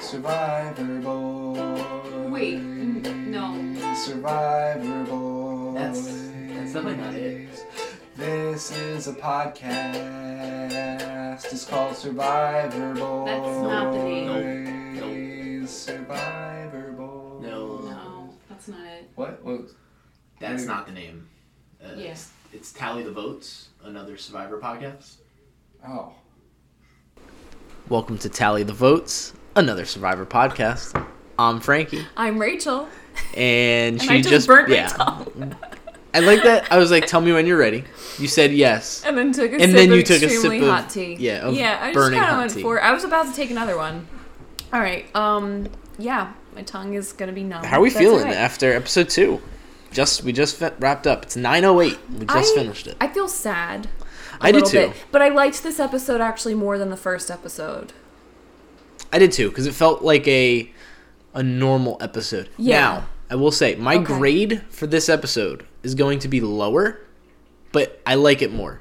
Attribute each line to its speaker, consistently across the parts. Speaker 1: Survivor Boy.
Speaker 2: Wait, n- no.
Speaker 1: Survivor Boy.
Speaker 3: That's- that's definitely not it.
Speaker 1: This is a podcast. It's called Survivor Boy.
Speaker 2: That's not the name.
Speaker 3: Nope.
Speaker 1: Survivor Boy.
Speaker 3: No.
Speaker 2: No, Um, that's not it.
Speaker 1: What? What?
Speaker 3: That's
Speaker 1: Maybe.
Speaker 3: not the name. Uh,
Speaker 2: Yeah.
Speaker 3: it's, it's Tally the Votes, another Survivor podcast.
Speaker 1: Oh.
Speaker 3: Welcome to Tally the Votes, another Survivor podcast. I'm Frankie,
Speaker 4: I'm Rachel.
Speaker 3: and she
Speaker 4: I just burnt my tongue.
Speaker 3: I like that. I was like, "Tell me when you're ready." You said yes.
Speaker 4: And then took a
Speaker 3: And
Speaker 4: sip
Speaker 3: then
Speaker 4: of
Speaker 3: you took a sip
Speaker 4: extremely
Speaker 3: of-
Speaker 4: hot tea.
Speaker 3: yeah, of
Speaker 4: yeah. I just
Speaker 3: burning
Speaker 4: kind of
Speaker 3: hot
Speaker 4: went
Speaker 3: tea.
Speaker 4: for. I was about to take another one. All right. Um. Yeah. My tongue is gonna be numb.
Speaker 3: How are we
Speaker 4: That's
Speaker 3: feeling
Speaker 4: all right.
Speaker 3: after episode two? Just we just fe- wrapped up. It's 9:08. We just
Speaker 4: I-
Speaker 3: finished it.
Speaker 4: I feel sad. I
Speaker 3: I did too.
Speaker 4: but I liked this episode actually more than the first episode.
Speaker 3: I did too because it felt like a a normal episode.
Speaker 4: Yeah.
Speaker 3: Now I will say my
Speaker 4: Okay.
Speaker 3: grade for this episode is going to be lower, but I like it more.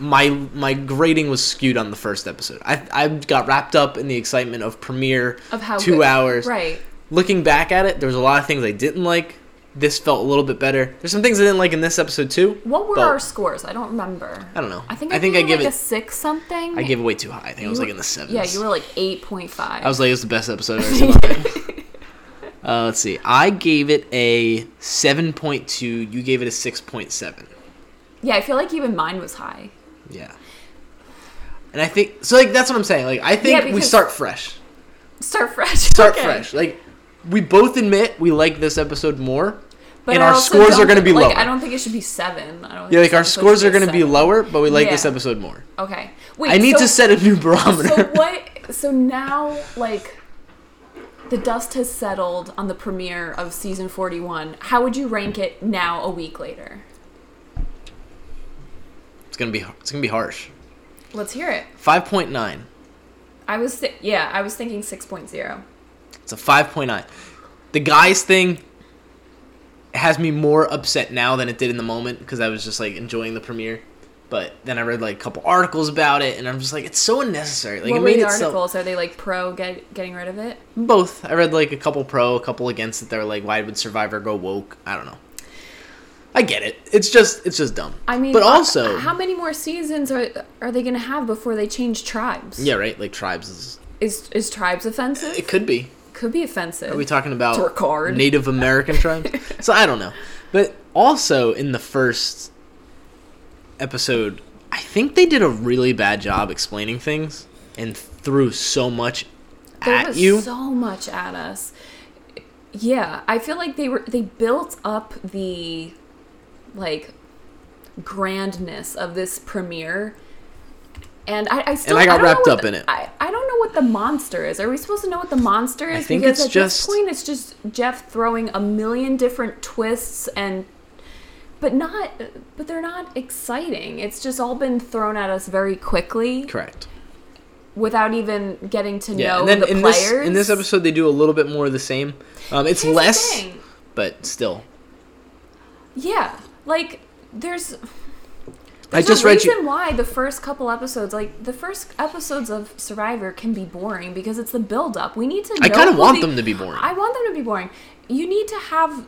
Speaker 3: My my grading was skewed on the first episode. I I got wrapped up in the excitement of premiere
Speaker 4: Of how
Speaker 3: two
Speaker 4: good-
Speaker 3: hours.
Speaker 4: Right.
Speaker 3: Looking back at it, there was a lot of things I didn't like. This felt a little bit better. There's some things I didn't like in this episode too.
Speaker 4: What were
Speaker 3: but
Speaker 4: our scores? I don't remember.
Speaker 3: I don't know.
Speaker 4: I think
Speaker 3: I
Speaker 4: I,
Speaker 3: think I
Speaker 4: gave
Speaker 3: give
Speaker 4: like
Speaker 3: it-
Speaker 4: a six something.
Speaker 3: I gave it way too high. I think I was
Speaker 4: You-
Speaker 3: like in the sevens.
Speaker 4: Yeah, you were like eight point five.
Speaker 3: I was like, it was the best episode I've ever seen. on there. uh, let's see. I gave it a 7.2. You gave it a 6.7.
Speaker 4: yeah, I feel like even mine was high.
Speaker 3: Yeah. And I think, so like, that's what I'm saying. Like, I think
Speaker 4: Yeah,
Speaker 3: we
Speaker 4: because-
Speaker 3: start fresh.
Speaker 4: Start fresh.
Speaker 3: Start
Speaker 4: Okay.
Speaker 3: fresh. Like, we both admit we like this episode more. and
Speaker 4: I
Speaker 3: our
Speaker 4: also
Speaker 3: scores are
Speaker 4: don't-
Speaker 3: gonna be
Speaker 4: like,
Speaker 3: lower.
Speaker 4: I don't think it should be seven. I don't.
Speaker 3: Yeah,
Speaker 4: think
Speaker 3: like, our
Speaker 4: this
Speaker 3: scores are
Speaker 4: episode should
Speaker 3: going to be
Speaker 4: seven.
Speaker 3: lower, but we like
Speaker 4: Yeah.
Speaker 3: this episode more.
Speaker 4: Okay. Wait.
Speaker 3: I need
Speaker 4: so,
Speaker 3: to set a new barometer.
Speaker 4: So what? So now, like, the dust has settled on the premiere of season forty-one. How would you rank it now, a week later?
Speaker 3: It's going to be it's going to be harsh.
Speaker 4: Let's hear it.
Speaker 3: 5.9.
Speaker 4: I was thi- yeah, I was thinking six point zero.
Speaker 3: It's a 5.9. The guys thing has me more upset now than it did in the moment because I was just like enjoying the premiere. But then I read like a couple articles about it and I'm just like, it's so unnecessary. Like
Speaker 4: what
Speaker 3: it
Speaker 4: were
Speaker 3: made
Speaker 4: the
Speaker 3: it so-
Speaker 4: articles? Are they like pro get, getting rid of it?
Speaker 3: both. I read like a couple pro, a couple against it. They're like, why would Survivor go woke? I don't know. I get it. It's just it's just dumb.
Speaker 4: I mean,
Speaker 3: but
Speaker 4: uh,
Speaker 3: also
Speaker 4: how many more seasons are are they going to have before they change tribes?
Speaker 3: yeah, right. Like tribes is
Speaker 4: Is is tribes offensive?
Speaker 3: it could be.
Speaker 4: Could be offensive.
Speaker 3: Are we talking about
Speaker 4: To record.
Speaker 3: Native American tribes? so I don't know. But also in the first episode, I think they did a really bad job explaining things and threw so much
Speaker 4: there
Speaker 3: at
Speaker 4: was
Speaker 3: you.
Speaker 4: so much at us yeah i feel like they were they built up the like grandness of this premiere and I, I still
Speaker 3: I got
Speaker 4: don't know
Speaker 3: wrapped
Speaker 4: what
Speaker 3: up
Speaker 4: the-
Speaker 3: in it.
Speaker 4: I, I don't know what the monster is. Are we supposed to know what the monster is?
Speaker 3: think
Speaker 4: because
Speaker 3: it's
Speaker 4: at
Speaker 3: just-
Speaker 4: this point, it's just Jeff throwing a million different twists and, but not, but they're not exciting. It's just all been thrown at us very quickly
Speaker 3: Correct.
Speaker 4: without even getting to
Speaker 3: Yeah.
Speaker 4: know
Speaker 3: and then
Speaker 4: the
Speaker 3: in
Speaker 4: players.
Speaker 3: this in this episode they do a little bit more of the same. Um, it's
Speaker 4: Here's the
Speaker 3: less
Speaker 4: thing.
Speaker 3: but still.
Speaker 4: Yeah, like there's.
Speaker 3: I
Speaker 4: there's
Speaker 3: just
Speaker 4: a
Speaker 3: read
Speaker 4: reason
Speaker 3: you
Speaker 4: why the first couple episodes, like the first episodes of Survivor, can be boring because it's the build up. We need to. Know
Speaker 3: I kinda
Speaker 4: who
Speaker 3: want
Speaker 4: the-
Speaker 3: them to be boring.
Speaker 4: I want them to be boring. You need to have.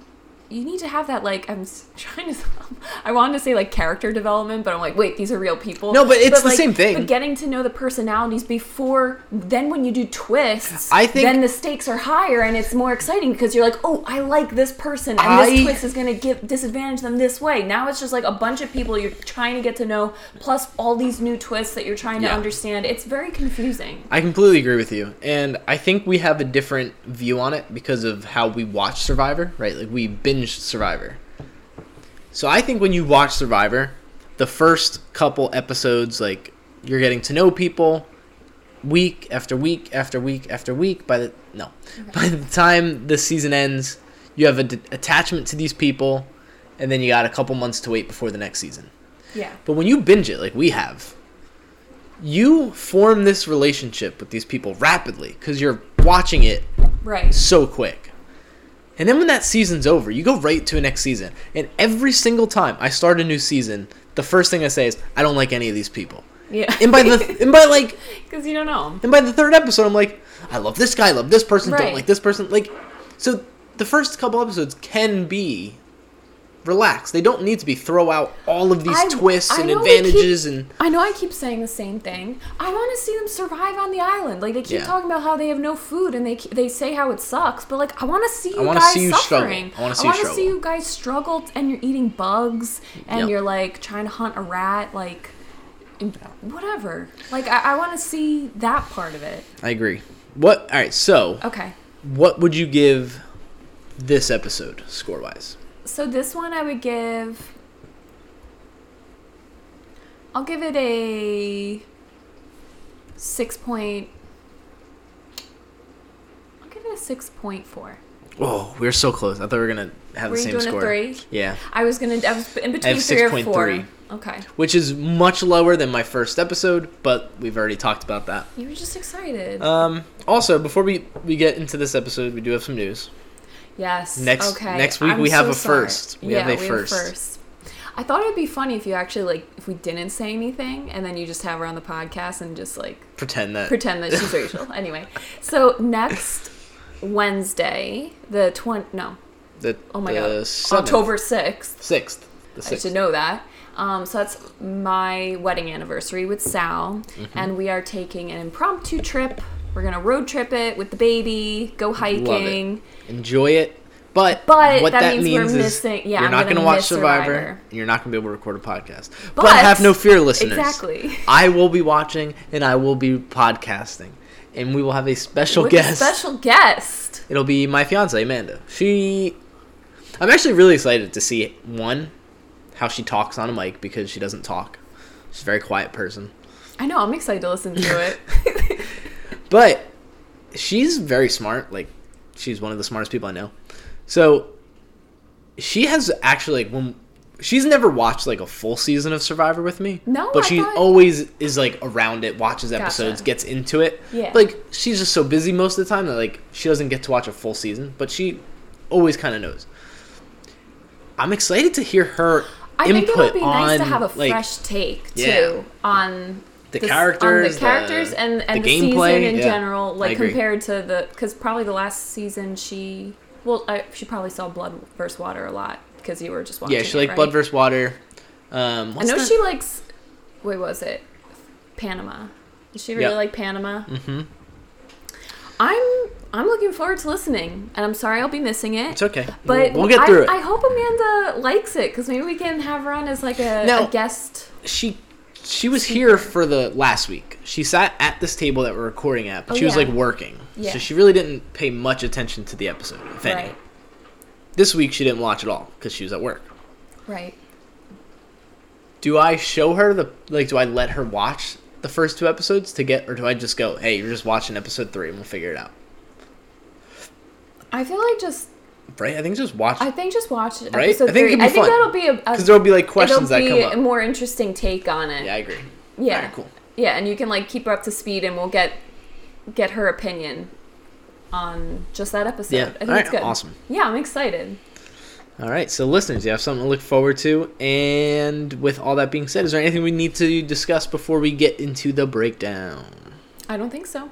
Speaker 4: You need to have that like I'm s- trying to. I wanted to say like character development, but I'm like, wait, these are real people.
Speaker 3: No, but it's the
Speaker 4: like,
Speaker 3: same thing.
Speaker 4: But getting to know the personalities before, then when you do twists,
Speaker 3: I think-
Speaker 4: then the stakes are higher and it's more exciting because you're like, oh, I like this person, and
Speaker 3: I-
Speaker 4: this twist is gonna give disadvantage them this way. Now it's just like a bunch of people you're trying to get to know, plus all these new twists that you're trying
Speaker 3: Yeah.
Speaker 4: to understand. It's very confusing.
Speaker 3: I completely agree with you. And I think we have a different view on it because of how we watch Survivor, right? Like we binged Survivor. So I think when you watch Survivor, the first couple episodes, like you're getting to know people week after week after week after week. By the no, by the time the season ends, you have a d- attachment to these people, and then you got a couple months to wait before the next season.
Speaker 4: Yeah.
Speaker 3: But when you binge it, like we have, you form this relationship with these people rapidly because you're watching it
Speaker 4: Right.
Speaker 3: so quick. And then when that season's over, you go right to a next season. And every single time I start a new season, the first thing I say is, I don't like any of these people.
Speaker 4: Yeah.
Speaker 3: And by the and by like
Speaker 4: Because you don't know.
Speaker 3: and by the third episode, I'm like, I love this guy, I love this person,
Speaker 4: Right.
Speaker 3: don't like this person. Like, so the first couple episodes can be relaxed. They don't need to be throw out all of these
Speaker 4: I-
Speaker 3: twists
Speaker 4: I
Speaker 3: and
Speaker 4: know we keep-
Speaker 3: advantages and
Speaker 4: I know I keep saying the same thing. I want to see them survive on the island. Like they keep
Speaker 3: Yeah.
Speaker 4: talking about how they have no food and they ke- they say how it sucks, but like I want to see you
Speaker 3: wanna
Speaker 4: guys
Speaker 3: see you struggle.
Speaker 4: suffering.
Speaker 3: I wanna see you
Speaker 4: I want to
Speaker 3: struggle.
Speaker 4: see you guys struggle and you're eating bugs and
Speaker 3: Yep.
Speaker 4: you're like trying to hunt a rat like and whatever. Like I, I want to see that part of it.
Speaker 3: I agree. What? All right. So,
Speaker 4: Okay.
Speaker 3: what would you give this episode score wise?
Speaker 4: So this one I would give I'll give it a 6 point I'll give it a 6.4.
Speaker 3: Oh, we were so close. I thought we were gonna have
Speaker 4: Were
Speaker 3: the
Speaker 4: you
Speaker 3: same
Speaker 4: doing a
Speaker 3: score.
Speaker 4: three?
Speaker 3: Yeah,
Speaker 4: I was going to I was in between 3 or
Speaker 3: 6.3.
Speaker 4: 4. Okay.
Speaker 3: which is much lower than my first episode, but we've already talked about that.
Speaker 4: You were just excited.
Speaker 3: Um, also, before we we get into this episode, we do have some news.
Speaker 4: yes.
Speaker 3: next-
Speaker 4: okay.
Speaker 3: next week
Speaker 4: I'm
Speaker 3: we have
Speaker 4: so
Speaker 3: a
Speaker 4: sorry.
Speaker 3: first. We have
Speaker 4: Yeah,
Speaker 3: a first.
Speaker 4: first. I thought it'd be funny if you actually like if we didn't say anything and then you just have her on the podcast and just like
Speaker 3: Pretend that.
Speaker 4: pretend that she's Rachel. Anyway, so next Wednesday, the twenty no,
Speaker 3: The,
Speaker 4: oh my
Speaker 3: the
Speaker 4: god,
Speaker 3: seventh-
Speaker 4: October sixth.
Speaker 3: sixth. The
Speaker 4: I
Speaker 3: sixth.
Speaker 4: should know that. Um, so that's my wedding anniversary with Sal,
Speaker 3: Mm-hmm.
Speaker 4: and we are taking an impromptu trip. We're gonna road trip it with the baby, go
Speaker 3: Love
Speaker 4: hiking.
Speaker 3: it. Enjoy it. But,
Speaker 4: But
Speaker 3: what
Speaker 4: that
Speaker 3: that,
Speaker 4: means
Speaker 3: means,
Speaker 4: we're
Speaker 3: is
Speaker 4: missing- yeah,
Speaker 3: you're
Speaker 4: I'm
Speaker 3: not
Speaker 4: gonna
Speaker 3: gonna watch
Speaker 4: miss
Speaker 3: Survivor.
Speaker 4: Survivor.
Speaker 3: and You're not going to be able to record a podcast. But,
Speaker 4: But-
Speaker 3: have no fear, listeners.
Speaker 4: Exactly.
Speaker 3: I will be watching and I will be podcasting, and we will have a special
Speaker 4: With a
Speaker 3: guest.
Speaker 4: special guest.
Speaker 3: It'll be my fiance Amanda. She, I'm actually really excited to see one, how she talks on a mic because she doesn't talk. She's a very quiet person,
Speaker 4: I know. I'm excited to listen to it.
Speaker 3: but she's very smart. Like she's one of the smartest people I know. So she has actually like when she's never watched like a full season of Survivor with me.
Speaker 4: No,
Speaker 3: but
Speaker 4: I
Speaker 3: she
Speaker 4: thought-
Speaker 3: always is like around it, watches episodes, gets into it.
Speaker 4: Yeah.
Speaker 3: like she's just so busy most of the time that like she doesn't get to watch a full season, but she always kind of knows. I'm excited to hear her
Speaker 4: I
Speaker 3: input
Speaker 4: think it would be
Speaker 3: on
Speaker 4: nice to have a
Speaker 3: like
Speaker 4: fresh take too
Speaker 3: Yeah.
Speaker 4: on
Speaker 3: The
Speaker 4: s-
Speaker 3: characters,
Speaker 4: on the
Speaker 3: the-
Speaker 4: characters, and and the,
Speaker 3: the gameplay,
Speaker 4: season in
Speaker 3: yeah.
Speaker 4: general,
Speaker 3: I
Speaker 4: like
Speaker 3: agree.
Speaker 4: compared to the because probably the last season she well I, she probably saw blood versus water a lot because you were just watching.
Speaker 3: yeah, she
Speaker 4: it,
Speaker 3: like
Speaker 4: right?
Speaker 3: blood versus water.
Speaker 4: I
Speaker 3: Um, what's
Speaker 4: know
Speaker 3: that?
Speaker 4: she likes. Wait, what was it Panama? Does she really
Speaker 3: Yeah.
Speaker 4: like Panama? Mm-hmm. I'm I'm looking forward to listening, and I'm sorry I'll be missing it.
Speaker 3: It's okay.
Speaker 4: But
Speaker 3: We'll- we'll get
Speaker 4: I-
Speaker 3: through it.
Speaker 4: I hope Amanda likes it because maybe we can have her on as like a,
Speaker 3: Now-
Speaker 4: a guest.
Speaker 3: she she was here for the last week. She sat at this table that we're recording at, but
Speaker 4: Oh,
Speaker 3: she was
Speaker 4: yeah.
Speaker 3: like working.
Speaker 4: Yeah.
Speaker 3: So she really didn't pay much attention to the episode, if any.
Speaker 4: Right.
Speaker 3: This week she didn't watch at all because she was at work.
Speaker 4: Right.
Speaker 3: Do I show her the like do I let her watch the first two episodes to get or do I just go, "Hey, you're just watching episode 3 and we'll figure it out."
Speaker 4: I feel like just
Speaker 3: Right? I think just watch
Speaker 4: I think just watch episode
Speaker 3: Right? I think
Speaker 4: three.
Speaker 3: it'd be
Speaker 4: I think
Speaker 3: fun.
Speaker 4: that'll be a, a
Speaker 3: cuz there'll be like questions
Speaker 4: it'll
Speaker 3: that
Speaker 4: be
Speaker 3: come up.
Speaker 4: a more interesting take on it.
Speaker 3: yeah, I agree.
Speaker 4: yeah,
Speaker 3: Alright, cool.
Speaker 4: Yeah, and you can like keep her up to speed, and we'll get get her opinion on just that episode.
Speaker 3: Yeah.
Speaker 4: I think
Speaker 3: Alright,
Speaker 4: it's good.
Speaker 3: awesome.
Speaker 4: Yeah, I'm excited.
Speaker 3: All right, so listeners, you have something to look forward to. And with all that being said, is there anything we need to discuss before we get into the breakdown?
Speaker 4: I don't think so.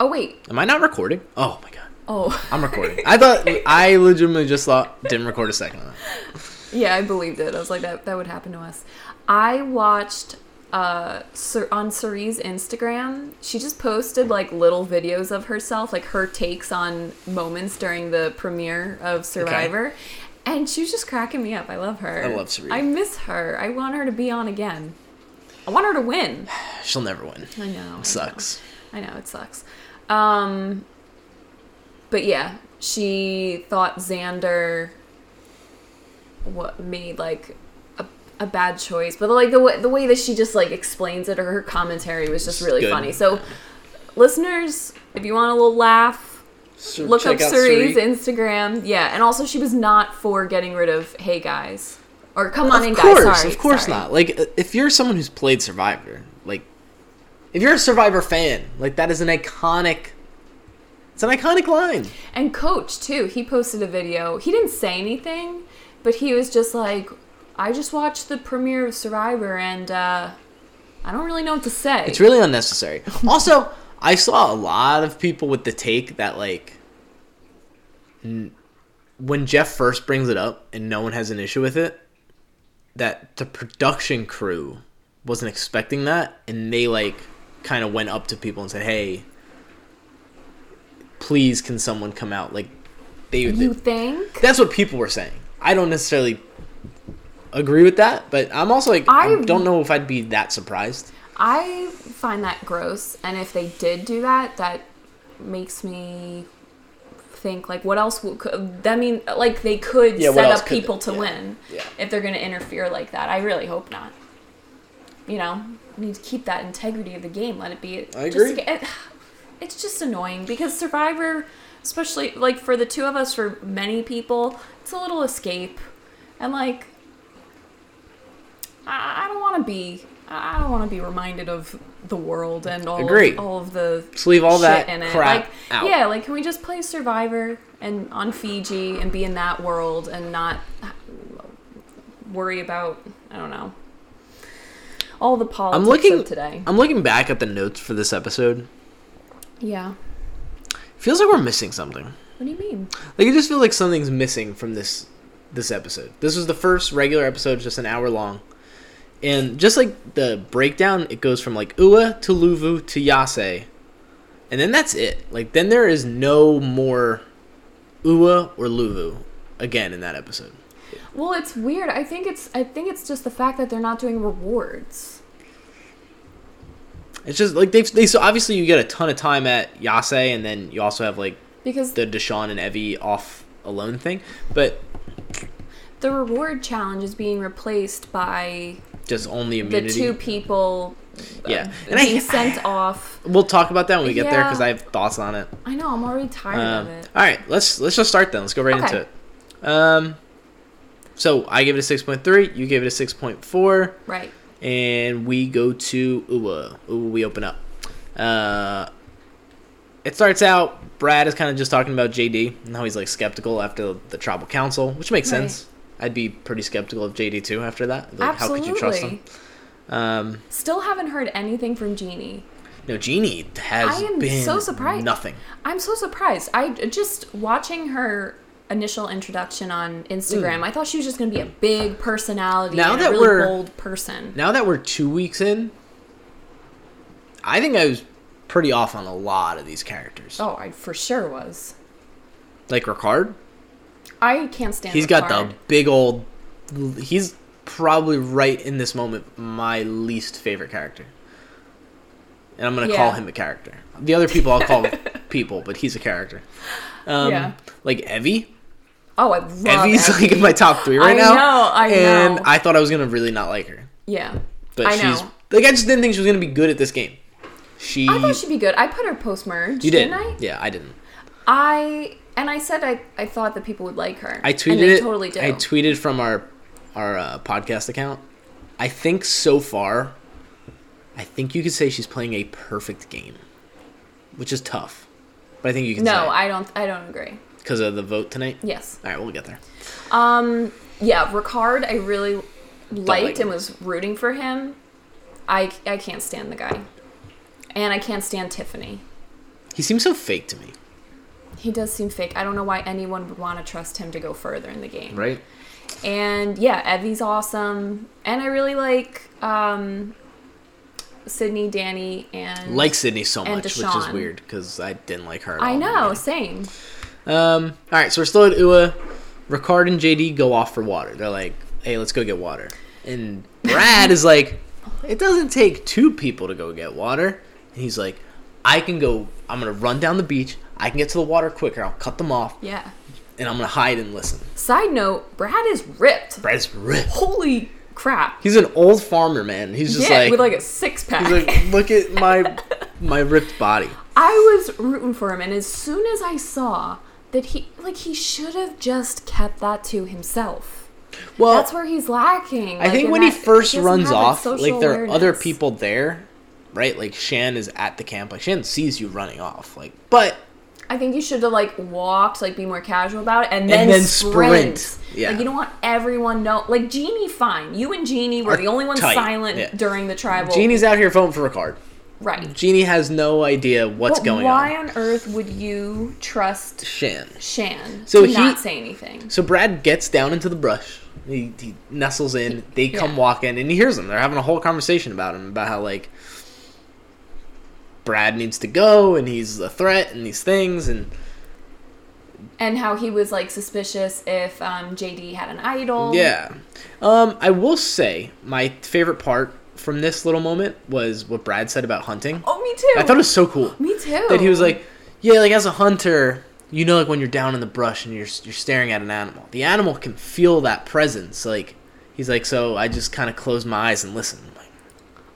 Speaker 4: Oh wait.
Speaker 3: Am I not recording? Oh my god,
Speaker 4: Oh.
Speaker 3: I'm recording. I thought I legitimately just thought didn't record a second. Of that.
Speaker 4: Yeah, I believed it. I was like, that that would happen to us. I watched uh Sir, on Cerise's Instagram. She just posted like little videos of herself, like her takes on moments during the premiere of Survivor. And she was just cracking me up. I love her.
Speaker 3: I love Cerise.
Speaker 4: I miss her. I want her to be on again. I want her to win.
Speaker 3: She'll never win.
Speaker 4: I know.
Speaker 3: Sucks.
Speaker 4: I know it sucks. Um, but yeah, she thought Xander what made like a, a bad choice, but like the way the way that she just like explains it or her commentary was just
Speaker 3: It's
Speaker 4: really
Speaker 3: good.
Speaker 4: funny. So, listeners, if you want a little laugh, look up Suri's Instagram. Yeah, and also she was not for getting rid of Hey Guys or Come On In
Speaker 3: Of
Speaker 4: Guys.
Speaker 3: course,
Speaker 4: Sorry,
Speaker 3: of course
Speaker 4: sorry.
Speaker 3: not. Like uh, if you're someone who's played Survivor, like if you're a Survivor fan, like that is an iconic. It's an iconic line.
Speaker 4: And Coach too, he posted a video. He didn't say anything, but he was just like, "I just watched the premiere of Survivor, and uh, I don't really know what to say."
Speaker 3: It's really unnecessary. Also, I saw a lot of people with the take that like n- when Jeff first brings it up and no one has an issue with it, that the production crew wasn't expecting that and they like kind of went up to people and said, "Hey, please can someone come out?" Like they,
Speaker 4: You think?
Speaker 3: that's what people were saying. I don't necessarily agree with that, but I'm also like I
Speaker 4: I-
Speaker 3: don't know if I'd be that surprised.
Speaker 4: I find that gross, and if they did do that, that makes me think like, what else? Would, could, I mean, like they could
Speaker 3: Yeah, what
Speaker 4: set
Speaker 3: else
Speaker 4: up
Speaker 3: could
Speaker 4: people
Speaker 3: they-
Speaker 4: to
Speaker 3: yeah,
Speaker 4: win
Speaker 3: yeah.
Speaker 4: if they're going to interfere like that. I really hope not. You know, we need to keep that integrity of the game. Let it be.
Speaker 3: I
Speaker 4: just-
Speaker 3: agree.
Speaker 4: it- it's just annoying because Survivor, especially like for the two of us, for many people, it's a little escape, and like I, I don't want to be. I I don't want to be reminded of the world and all
Speaker 3: Agree.
Speaker 4: Of, all of the
Speaker 3: Just leave all
Speaker 4: shit
Speaker 3: that
Speaker 4: in it.
Speaker 3: crap
Speaker 4: like,
Speaker 3: out.
Speaker 4: Yeah, like can we just play Survivor and on Fiji and be in that world and not worry about I don't know all the politics
Speaker 3: I'm looking
Speaker 4: of today.
Speaker 3: I'm looking back at the notes for this episode.
Speaker 4: yeah.
Speaker 3: Feels like we're missing something.
Speaker 4: What do you mean?
Speaker 3: Like it just feels like something's missing from this this episode. This was the first regular episode, just an hour long. And just like the breakdown, it goes from like Ua to Luvu to Yase. And then that's it. Like then there is no more Ua or Luvu again in that episode.
Speaker 4: Well, it's weird. I think it's I think it's just the fact that they're not doing rewards.
Speaker 3: It's just like they they so obviously you get a ton of time at Yase and then you also have like
Speaker 4: Because
Speaker 3: the Deshaun and Evie off alone thing, but
Speaker 4: the reward challenge is being replaced by
Speaker 3: just only
Speaker 4: the
Speaker 3: immunity.
Speaker 4: two people uh,
Speaker 3: Yeah. And I-
Speaker 4: being sent off.
Speaker 3: We'll talk about that when we get there 'cause
Speaker 4: Yeah.
Speaker 3: there because I have thoughts on it.
Speaker 4: I know, I'm already tired
Speaker 3: Um,
Speaker 4: of it.
Speaker 3: all right, let's let's just start then. Let's go right
Speaker 4: Okay.
Speaker 3: into it. Um, so I give it a six point three. You gave it a six point four,
Speaker 4: Right.
Speaker 3: and we go to Uwa. Uwa, we open up. Uh, it starts out. Brad is kind of just talking about JD and how he's like skeptical after the tribal council, which makes
Speaker 4: Right.
Speaker 3: sense. I'd be pretty skeptical of JD too after that. Like,
Speaker 4: Absolutely.
Speaker 3: How could you trust him? Um,
Speaker 4: Still haven't heard anything from Jeannie.
Speaker 3: no, Jeannie has
Speaker 4: I am
Speaker 3: been
Speaker 4: so surprised.
Speaker 3: Nothing.
Speaker 4: I'm so surprised. I uh, just watching her initial introduction on Instagram, I thought she was just going to be a big personality,
Speaker 3: Hmm. Now
Speaker 4: and
Speaker 3: that
Speaker 4: a really
Speaker 3: we're-
Speaker 4: bold person.
Speaker 3: now that we're two weeks in, I think I was pretty off on a lot of these characters.
Speaker 4: Oh, I for sure was.
Speaker 3: Like Ricard,
Speaker 4: I can't stand.
Speaker 3: he's got
Speaker 4: Ricard.
Speaker 3: the big old. He's probably right in this moment my least favorite character, and I'm gonna call
Speaker 4: Yeah.
Speaker 3: him a character. The other people I'll call people, but he's a character. Um,
Speaker 4: Yeah.
Speaker 3: Like Evie,
Speaker 4: Oh, I love
Speaker 3: Evie's
Speaker 4: Evie.
Speaker 3: like in my top three right
Speaker 4: I
Speaker 3: now.
Speaker 4: know, I
Speaker 3: and
Speaker 4: know.
Speaker 3: I thought I was gonna really not like her,
Speaker 4: yeah.
Speaker 3: but
Speaker 4: I
Speaker 3: she's
Speaker 4: know.
Speaker 3: like I just didn't think she was gonna be good at this game. She
Speaker 4: I thought she'd be good. I put her post merge.
Speaker 3: You did.
Speaker 4: didn't I?
Speaker 3: Yeah, I didn't.
Speaker 4: I and I said I, I thought that people would like her.
Speaker 3: I tweeted
Speaker 4: and they
Speaker 3: it.
Speaker 4: Totally do.
Speaker 3: I tweeted from our our uh, podcast account. I think so far, I think you could say she's playing a perfect game, which is tough. But I think you can
Speaker 4: no,
Speaker 3: say
Speaker 4: I don't. I don't agree.
Speaker 3: because of the vote tonight.
Speaker 4: Yes.
Speaker 3: All right, we'll get there.
Speaker 4: Um. Yeah. Ricard, I really liked
Speaker 3: like him.
Speaker 4: and was rooting for him. I I can't stand the guy, and I can't stand Tiffany.
Speaker 3: He seems so fake to me,
Speaker 4: He does seem fake. I don't know why anyone would want to trust him to go further in the game.
Speaker 3: right?
Speaker 4: And yeah, Evie's awesome, and I really like um. Sydney, Danny, and
Speaker 3: Like Sydney so
Speaker 4: And
Speaker 3: much, which is
Speaker 4: Deshaun.
Speaker 3: weird because I didn't like her. At all
Speaker 4: I
Speaker 3: in the
Speaker 4: know.
Speaker 3: beginning.
Speaker 4: Same.
Speaker 3: Um. All right, so we're still at UA. Ricard and JD go off for water. They're like, "Hey, let's go get water." And Brad is like, "It doesn't take two people to go get water." And he's like, "I can go. I'm gonna run down the beach. I can get to the water quicker. I'll cut them off,
Speaker 4: Yeah.
Speaker 3: and I'm gonna hide and listen."
Speaker 4: Side note: Brad is ripped.
Speaker 3: Brad's ripped.
Speaker 4: Holy crap!
Speaker 3: He's an old farmer man. He's just
Speaker 4: yeah,
Speaker 3: like,
Speaker 4: with like a six pack.
Speaker 3: he's like, "Look at my my ripped body."
Speaker 4: I was rooting for him, and as soon as I saw that he, like, he should have just kept that to himself.
Speaker 3: Well,
Speaker 4: That's where he's lacking.
Speaker 3: I
Speaker 4: like,
Speaker 3: think
Speaker 4: in
Speaker 3: when he
Speaker 4: that-
Speaker 3: first
Speaker 4: doesn't
Speaker 3: runs
Speaker 4: have, like,
Speaker 3: off, like,
Speaker 4: social
Speaker 3: there are other
Speaker 4: awareness.
Speaker 3: people there, right? Like Shan is at the camp. Like Shan sees you running off. Like, but
Speaker 4: I think you should have like walked, like, be more casual about it, and then,
Speaker 3: then
Speaker 4: sprint.
Speaker 3: sprint. Yeah.
Speaker 4: Like, you don't want everyone know. Like Jeannie, fine. You and Jeannie were
Speaker 3: Are
Speaker 4: the only ones
Speaker 3: tight.
Speaker 4: silent
Speaker 3: Yeah.
Speaker 4: during the tribal.
Speaker 3: Jeannie's out here voting for Ricard.
Speaker 4: Right.
Speaker 3: Jeannie has no idea what's
Speaker 4: But
Speaker 3: going
Speaker 4: why
Speaker 3: on.
Speaker 4: on earth would you trust
Speaker 3: Shan.
Speaker 4: Shan
Speaker 3: So
Speaker 4: to
Speaker 3: he-
Speaker 4: not say anything?
Speaker 3: So Brad gets down into the brush. He, he nestles in. They come
Speaker 4: Yeah.
Speaker 3: walking, and he hears them. They're having a whole conversation about him, about how like Brad needs to go, and he's a threat, and these things, and
Speaker 4: And how he was like suspicious if um, JD had an idol.
Speaker 3: yeah. Um, I will say my favorite part from this little moment was what Brad said about hunting.
Speaker 4: Oh, me too.
Speaker 3: I thought it was so cool.
Speaker 4: Me too.
Speaker 3: that he was like, yeah, like as a hunter, you know, like when you're down in the brush and you're you're staring at an animal, the animal can feel that presence. Like he's like, so I just kind of close my eyes and listen. I'm like,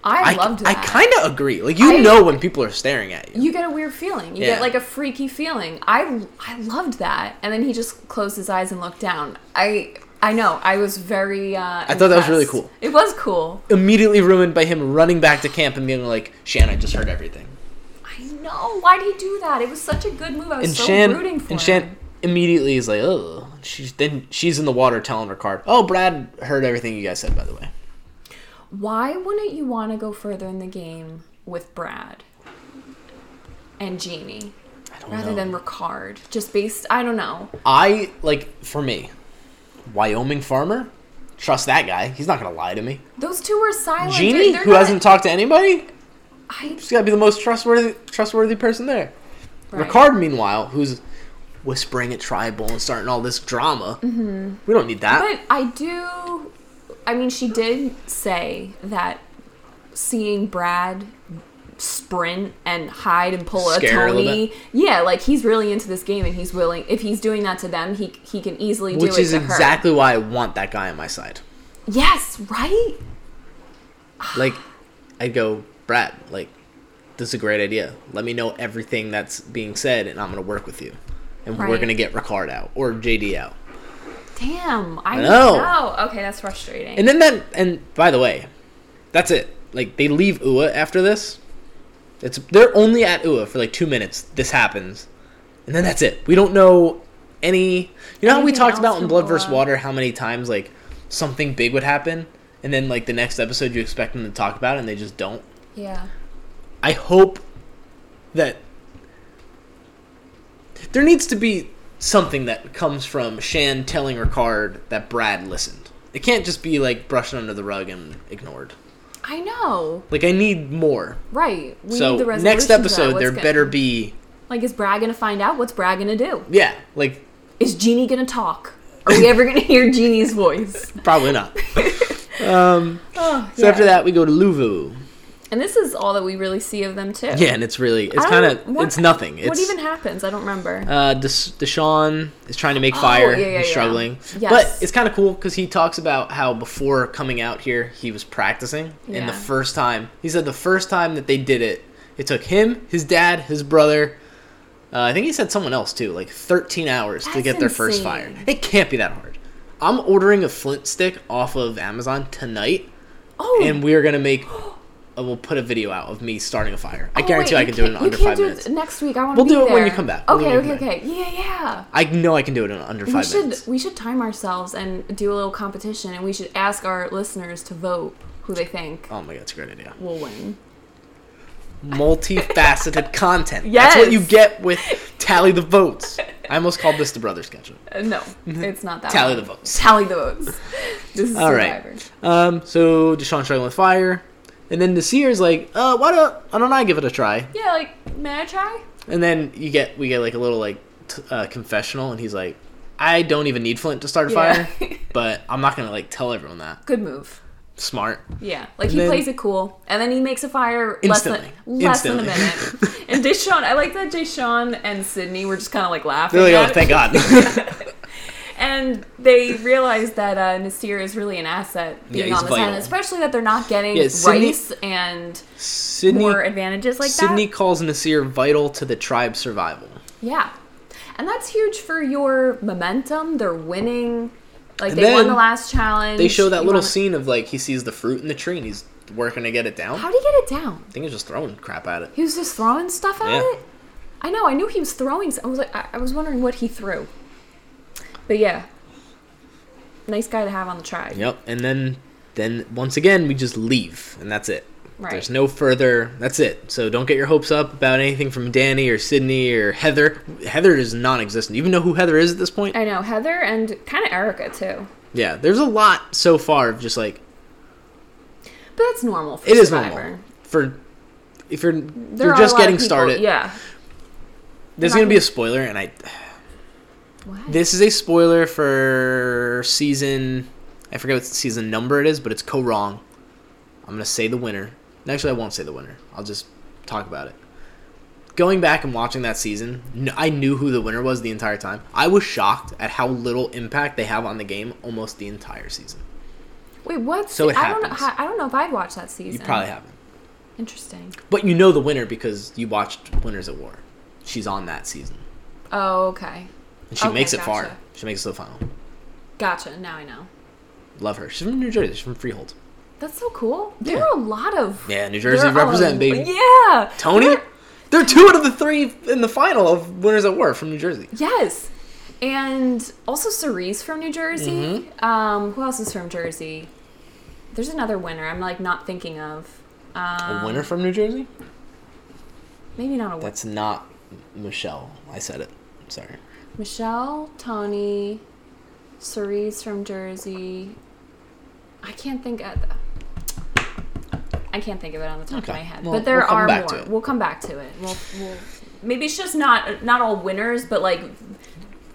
Speaker 4: I, loved
Speaker 3: I
Speaker 4: that.
Speaker 3: kind of agree. Like you
Speaker 4: I-
Speaker 3: know when people are staring at you.
Speaker 4: You get a weird feeling. You
Speaker 3: Yeah.
Speaker 4: get like a freaky feeling. I I loved that. And then he just closed his eyes and looked down. I I know. I was very. Uh, I
Speaker 3: thought that was really cool.
Speaker 4: It was cool.
Speaker 3: Immediately ruined by him running back to camp and being like, Shan, I just heard everything.
Speaker 4: I know. Why'd he do that? It was such a good move. I was
Speaker 3: And
Speaker 4: so
Speaker 3: Shan
Speaker 4: rooting for
Speaker 3: and
Speaker 4: him.
Speaker 3: Shan immediately is like, oh. She's then she's in the water telling her card. Oh, Brad heard everything you guys said by the way.
Speaker 4: Why wouldn't you want to go further in the game with Brad and Jeannie
Speaker 3: I don't
Speaker 4: rather
Speaker 3: know.
Speaker 4: than Ricard? Just based, I don't know.
Speaker 3: I like for me, Wyoming farmer. Trust that guy. He's not gonna lie to me.
Speaker 4: Those two were silent.
Speaker 3: Jeannie,
Speaker 4: They're
Speaker 3: who
Speaker 4: not-
Speaker 3: hasn't talked to anybody,
Speaker 4: I,
Speaker 3: she's gotta be the most trustworthy trustworthy person there.
Speaker 4: Right.
Speaker 3: Ricard, meanwhile, who's whispering at tribal and starting all this drama. Mm-hmm. We don't need that.
Speaker 4: But I do. I mean, she did say that seeing Brad sprint and hide and pull
Speaker 3: Scare her
Speaker 4: a
Speaker 3: a little
Speaker 4: Tony. Yeah, like he's really into this game and he's willing. If he's doing that to them, he he can easily do
Speaker 3: Which
Speaker 4: it
Speaker 3: is
Speaker 4: to
Speaker 3: exactly why I want that guy on my side.
Speaker 4: her. Yes, right.
Speaker 3: Like, I'd go, Brad. Like, this is a great idea. Let me know everything that's being said, and I'm gonna work with you. And we're
Speaker 4: Right.
Speaker 3: gonna get Ricard out or JD out.
Speaker 4: Damn, I,
Speaker 3: know.
Speaker 4: know. Okay, that's frustrating.
Speaker 3: And then that, and by the way, that's it. Like they leave Ua after this. It's they're only at Ua for like two minutes. This happens, and then that's it. We don't know any. You know how we
Speaker 4: Anything
Speaker 3: talked
Speaker 4: else
Speaker 3: about in
Speaker 4: from
Speaker 3: Blood vs.
Speaker 4: Ua?
Speaker 3: Water how many times like something big would happen, and then like the next episode you expect them to talk about it and they just don't.
Speaker 4: yeah.
Speaker 3: I hope that there needs to be something that comes from Shan telling Ricard that Brad listened. It can't just be like brushed under the rug and ignored.
Speaker 4: I know,
Speaker 3: Like I need more.
Speaker 4: right? We
Speaker 3: so
Speaker 4: need the resolution
Speaker 3: next
Speaker 4: to that.
Speaker 3: episode
Speaker 4: What's
Speaker 3: there
Speaker 4: gonna-
Speaker 3: better be
Speaker 4: like, is Brad gonna find out? What's Brad gonna do?
Speaker 3: yeah, like
Speaker 4: Is Jeannie gonna talk? Are we ever gonna hear Jeannie's voice?
Speaker 3: probably not.
Speaker 4: Oh,
Speaker 3: Um, So after that we go to Luvu.
Speaker 4: and this is all that we really see of them too.
Speaker 3: Yeah, and it's really it's
Speaker 4: I
Speaker 3: kind
Speaker 4: don't-
Speaker 3: of
Speaker 4: what-
Speaker 3: it's nothing. It's
Speaker 4: what even happens? I don't remember.
Speaker 3: Uh, Des- Deshaun is trying to make fire.
Speaker 4: Oh, yeah, yeah,
Speaker 3: He's
Speaker 4: yeah.
Speaker 3: struggling,
Speaker 4: Yes.
Speaker 3: but it's kind of cool because he talks about how before coming out here he was practicing, and
Speaker 4: Yeah.
Speaker 3: the first time he said the first time that they did it, it took him, his dad, his brother. Uh, I think he said someone else too, like 13 hours to
Speaker 4: That's
Speaker 3: get their first fire.
Speaker 4: insane.
Speaker 3: It can't be that hard. I'm ordering a flint stick off of Amazon tonight,
Speaker 4: oh,
Speaker 3: and we are gonna make. uh, we'll put a video out of me starting a fire. I
Speaker 4: oh,
Speaker 3: guarantee
Speaker 4: wait,
Speaker 3: I can do it in
Speaker 4: can't- you
Speaker 3: under
Speaker 4: can't
Speaker 3: five
Speaker 4: do
Speaker 3: minutes.
Speaker 4: It next week, I want
Speaker 3: We'll
Speaker 4: be
Speaker 3: do it when
Speaker 4: there.
Speaker 3: you come back. We'll do
Speaker 4: Okay,
Speaker 3: it when
Speaker 4: okay,
Speaker 3: you
Speaker 4: okay. Yeah, yeah.
Speaker 3: I know I can do it in under
Speaker 4: We
Speaker 3: five
Speaker 4: should
Speaker 3: minutes.
Speaker 4: we should time ourselves and do a little competition, and we should ask our listeners to vote who they think
Speaker 3: Oh my god, it's a great idea.
Speaker 4: will win.
Speaker 3: Multifaceted content. That's what you
Speaker 4: Yes.
Speaker 3: get with tally the votes. I almost called this the brother schedule.
Speaker 4: Uh, no, it's not that.
Speaker 3: Mm-hmm. Tally
Speaker 4: one.
Speaker 3: the votes.
Speaker 4: Tally the votes. This is
Speaker 3: All right.
Speaker 4: Survivor.
Speaker 3: Um, so Deshaun struggling with fire, and then Nasir is like, "Uh, why don't why don't I give it a try?"
Speaker 4: Yeah, like may I try?
Speaker 3: And then you get we get like a little like t- uh, confessional, and he's like, "I don't even need Flint to start a
Speaker 4: Yeah.
Speaker 3: fire, but I'm not gonna like tell everyone that."
Speaker 4: Good move.
Speaker 3: Smart.
Speaker 4: Yeah, like
Speaker 3: And
Speaker 4: he
Speaker 3: then-
Speaker 4: plays it cool, and then he makes a fire
Speaker 3: Instantly.
Speaker 4: less than less than
Speaker 3: Instantly.
Speaker 4: a minute. and Deshaun, I like that Deshaun and Sydney were just kind of like laughing.
Speaker 3: They're
Speaker 4: at
Speaker 3: like, "Oh,
Speaker 4: it.
Speaker 3: thank God."
Speaker 4: And they realize that uh, Nasir is really an asset being
Speaker 3: he's
Speaker 4: on this
Speaker 3: vital.
Speaker 4: island, especially that they're not getting
Speaker 3: Yeah, Sydney-
Speaker 4: rice and
Speaker 3: Sydney
Speaker 4: more advantages like
Speaker 3: Sydney
Speaker 4: that.
Speaker 3: calls Nasir vital to the tribe's survival.
Speaker 4: Yeah, and that's huge for your momentum. They're winning. Like
Speaker 3: And
Speaker 4: they
Speaker 3: then
Speaker 4: won the last challenge.
Speaker 3: They show
Speaker 4: You
Speaker 3: that little
Speaker 4: wanna-
Speaker 3: scene of like he sees the fruit in the tree and he's working to get it down.
Speaker 4: How do you get it down?
Speaker 3: I think he's just throwing crap at it.
Speaker 4: He was just throwing stuff at
Speaker 3: Yeah.
Speaker 4: it. I know. I knew he was throwing. s- I was like, I, I was wondering what he threw. But yeah, nice guy to have on the tribe.
Speaker 3: Yep. And then then once again we just leave and that's it.
Speaker 4: Right.
Speaker 3: There's no further. That's it. So don't get your hopes up about anything from Danny or Sydney or Heather. Heather is non-existent. You even know who Heather is at this point?
Speaker 4: I know Heather and kind of Erica too,
Speaker 3: yeah. There's a lot so far of just like
Speaker 4: but that's normal. For
Speaker 3: it is
Speaker 4: Survivor.
Speaker 3: normal for if you're
Speaker 4: There
Speaker 3: you're
Speaker 4: are a
Speaker 3: just
Speaker 4: lot of
Speaker 3: getting
Speaker 4: people-
Speaker 3: started.
Speaker 4: Yeah.
Speaker 3: There's
Speaker 4: not
Speaker 3: gonna be
Speaker 4: gonna-
Speaker 3: a spoiler, and I
Speaker 4: What?
Speaker 3: This is a spoiler for season. I forget what season number it is, but it's Ko Wrong. I'm gonna say the winner. Actually, I won't say the winner. I'll just talk about it. Going back and watching that season, n- I knew who the winner was the entire time. I was shocked at how little impact they have on the game almost the entire season.
Speaker 4: Wait, what?
Speaker 3: So it
Speaker 4: I don't know.
Speaker 3: happens.
Speaker 4: I don't know if I'd watch that season.
Speaker 3: You probably haven't,
Speaker 4: Interesting.
Speaker 3: but you know the winner because you watched Winners at War. She's on that season,
Speaker 4: Oh, okay.
Speaker 3: and she
Speaker 4: Okay,
Speaker 3: makes it far.
Speaker 4: gotcha.
Speaker 3: She makes it to the final.
Speaker 4: Gotcha. Now I know.
Speaker 3: Love her. She's from New Jersey. She's from Freehold.
Speaker 4: That's so cool. There
Speaker 3: Yeah.
Speaker 4: are a lot of
Speaker 3: Yeah, New
Speaker 4: there
Speaker 3: Jersey
Speaker 4: are a-
Speaker 3: represent, baby.
Speaker 4: Yeah.
Speaker 3: Tony?
Speaker 4: There-
Speaker 3: They're two out of the three in the final of Winners at War from New Jersey.
Speaker 4: yes. And also Cerise from New Jersey.
Speaker 3: Mm-hmm.
Speaker 4: Um, who else is from Jersey? There's another winner I'm like not thinking of. Um,
Speaker 3: a winner from New Jersey?
Speaker 4: Maybe not a winner.
Speaker 3: That's not Michelle. I said it. Sorry.
Speaker 4: Michelle, Tony, Cerise from Jersey. I can't think of the. I can't think of it on the top
Speaker 3: Okay.
Speaker 4: of my head,
Speaker 3: Well,
Speaker 4: but there
Speaker 3: we'll come
Speaker 4: are
Speaker 3: back to
Speaker 4: more.
Speaker 3: it.
Speaker 4: We'll come back to it. We'll, we'll, maybe it's just not not all winners, but like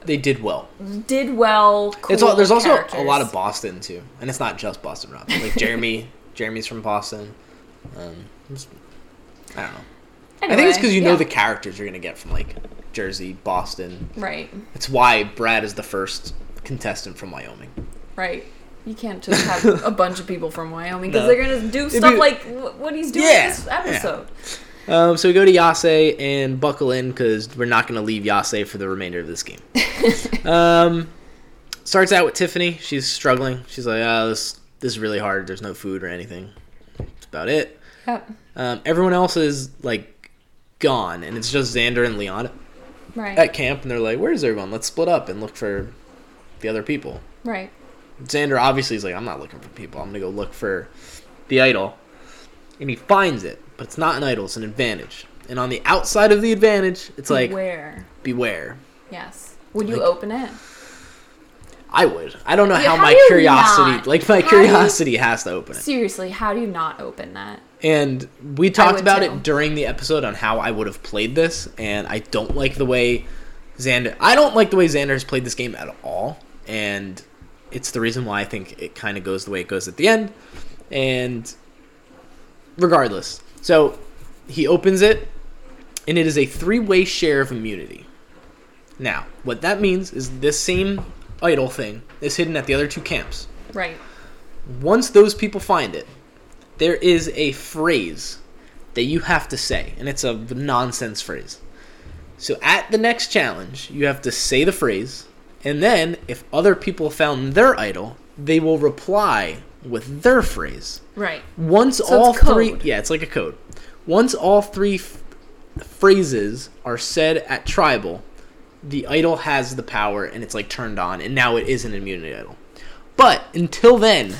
Speaker 3: They did well.
Speaker 4: did well. Cool
Speaker 3: it's all, there's also a
Speaker 4: characters.
Speaker 3: lot of Boston too, and it's not just Boston Rob. Like Jeremy, Jeremy's from Boston. Um, it's- I don't know. I think it's
Speaker 4: Anyway,
Speaker 3: because you know
Speaker 4: yeah.
Speaker 3: the characters you're gonna get from like Jersey, Boston.
Speaker 4: right,
Speaker 3: It's why Brad is the first contestant from Wyoming.
Speaker 4: right. You can't just have a bunch of people from Wyoming because
Speaker 3: No.
Speaker 4: they're gonna do stuff
Speaker 3: be-
Speaker 4: like wh- what he's doing
Speaker 3: Yeah,
Speaker 4: this
Speaker 3: yeah.
Speaker 4: episode.
Speaker 3: Um, so we go to Yase and buckle in because we're not going to leave Yase for the remainder of this game. um, starts out with Tiffany. She's struggling. She's like, oh, this, this is really hard. There's no food or anything. That's about it.
Speaker 4: Yep.
Speaker 3: Um, everyone else is like gone, and it's just Xander and Leon
Speaker 4: Right,
Speaker 3: at camp, and they're like, where's everyone? Let's split up and look for the other people.
Speaker 4: right.
Speaker 3: Xander obviously is like, I'm not looking for people. I'm gonna go look for the idol, and he finds it, but it's not an idol; it's an advantage. And on the outside of the advantage, it's like
Speaker 4: where?
Speaker 3: beware.
Speaker 4: Yes. Would you open it?
Speaker 3: I would. I don't know
Speaker 4: Yeah,
Speaker 3: how,
Speaker 4: how
Speaker 3: my
Speaker 4: do you
Speaker 3: curiosity,
Speaker 4: not?
Speaker 3: like my
Speaker 4: How do you-
Speaker 3: curiosity, has to open it.
Speaker 4: Seriously, how do you not open that?
Speaker 3: And we talked
Speaker 4: would
Speaker 3: about
Speaker 4: too.
Speaker 3: it during the episode on how I would have played this, and I don't like the way Xander. I don't like the way Xander has played this game at all, and it's the reason why I think it kind of goes the way it goes at the end. And regardless, so he opens it, and it is a three-way share of immunity. Now, what that means is this same idol thing is hidden at the other two camps.
Speaker 4: Right.
Speaker 3: Once those people find it, there is a phrase that you have to say, and it's a nonsense phrase. So at the next challenge, you have to say the phrase, and then if other people found their idol, they will reply with their phrase.
Speaker 4: Right.
Speaker 3: Once
Speaker 4: it's
Speaker 3: all three,
Speaker 4: code.
Speaker 3: yeah, it's like a code. Once all three f- phrases are said at tribal, the idol has the power and it's like turned on, and now it is an immunity idol. But until then,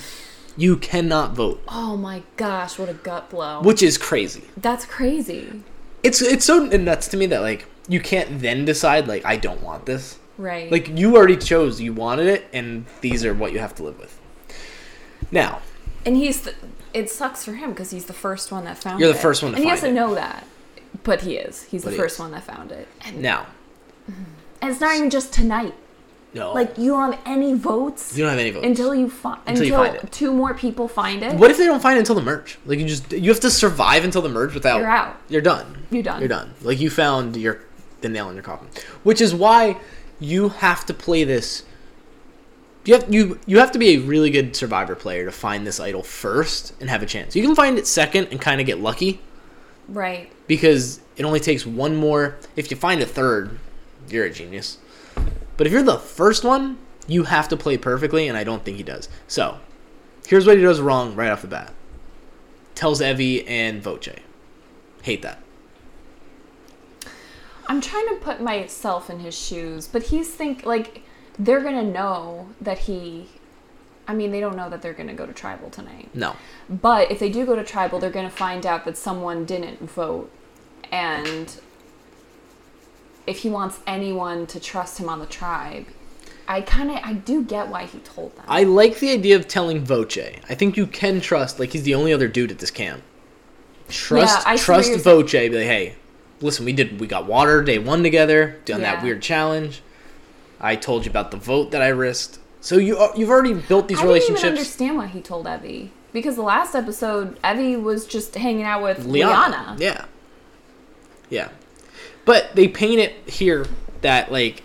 Speaker 3: you cannot vote,
Speaker 4: Oh my gosh, what a gut blow.
Speaker 3: which is crazy.
Speaker 4: That's crazy.
Speaker 3: It's it's so nuts to me that like you can't then decide like I don't want this.
Speaker 4: Right.
Speaker 3: Like you already chose you wanted it, and these are what you have to live with. Now,
Speaker 4: and he's the, it sucks for him because he's the first one that found it.
Speaker 3: You're the first one to
Speaker 4: And he
Speaker 3: find
Speaker 4: doesn't
Speaker 3: it.
Speaker 4: know that. But he is. He's
Speaker 3: But
Speaker 4: the
Speaker 3: he
Speaker 4: first
Speaker 3: is.
Speaker 4: one that found it. And,
Speaker 3: now,
Speaker 4: and it's not even just tonight.
Speaker 3: no,
Speaker 4: Like you don't have any votes
Speaker 3: you don't have any votes
Speaker 4: until you find
Speaker 3: Until
Speaker 4: until,
Speaker 3: you find it.
Speaker 4: two more people find it.
Speaker 3: What if they don't find it until the merge? Like you just you have to survive until the merge without
Speaker 4: You're out.
Speaker 3: You're done.
Speaker 4: You're done.
Speaker 3: You're done. Like you found your the nail in your coffin, which is why you have to play this. You have you you have to be a really good survivor player to find this idol first and have a chance. You can find it second and kind of get lucky
Speaker 4: Right.
Speaker 3: because it only takes one more. If you find a third, you're a genius. But if you're the first one, you have to play perfectly, and I don't think he does. So, here's what he does wrong right off the bat. Tells Evie and Voce. Hate that.
Speaker 4: I'm trying to put myself in his shoes, but he's think like they're gonna know that he I mean, they don't know that they're going to go to tribal tonight.
Speaker 3: No.
Speaker 4: But if they do go to tribal, they're going to find out that someone didn't vote. And if he wants anyone to trust him on the tribe, I kind of I do get why he told them.
Speaker 3: I like the idea of telling Voce. I think you can trust, like, he's the only other dude at this camp. Trust,
Speaker 4: Yeah, I see what
Speaker 3: trust
Speaker 4: you're
Speaker 3: Voce. Be like, hey, listen, we did, we got water day one together, done that
Speaker 4: Yeah.
Speaker 3: weird challenge. I told you about the vote that I risked. So you, al- you've already built these
Speaker 4: I didn't even
Speaker 3: relationships.
Speaker 4: understand why he told Evie because the last episode Evie was just hanging out with Liana.
Speaker 3: Liana. Yeah. Yeah. But they paint it here that, like,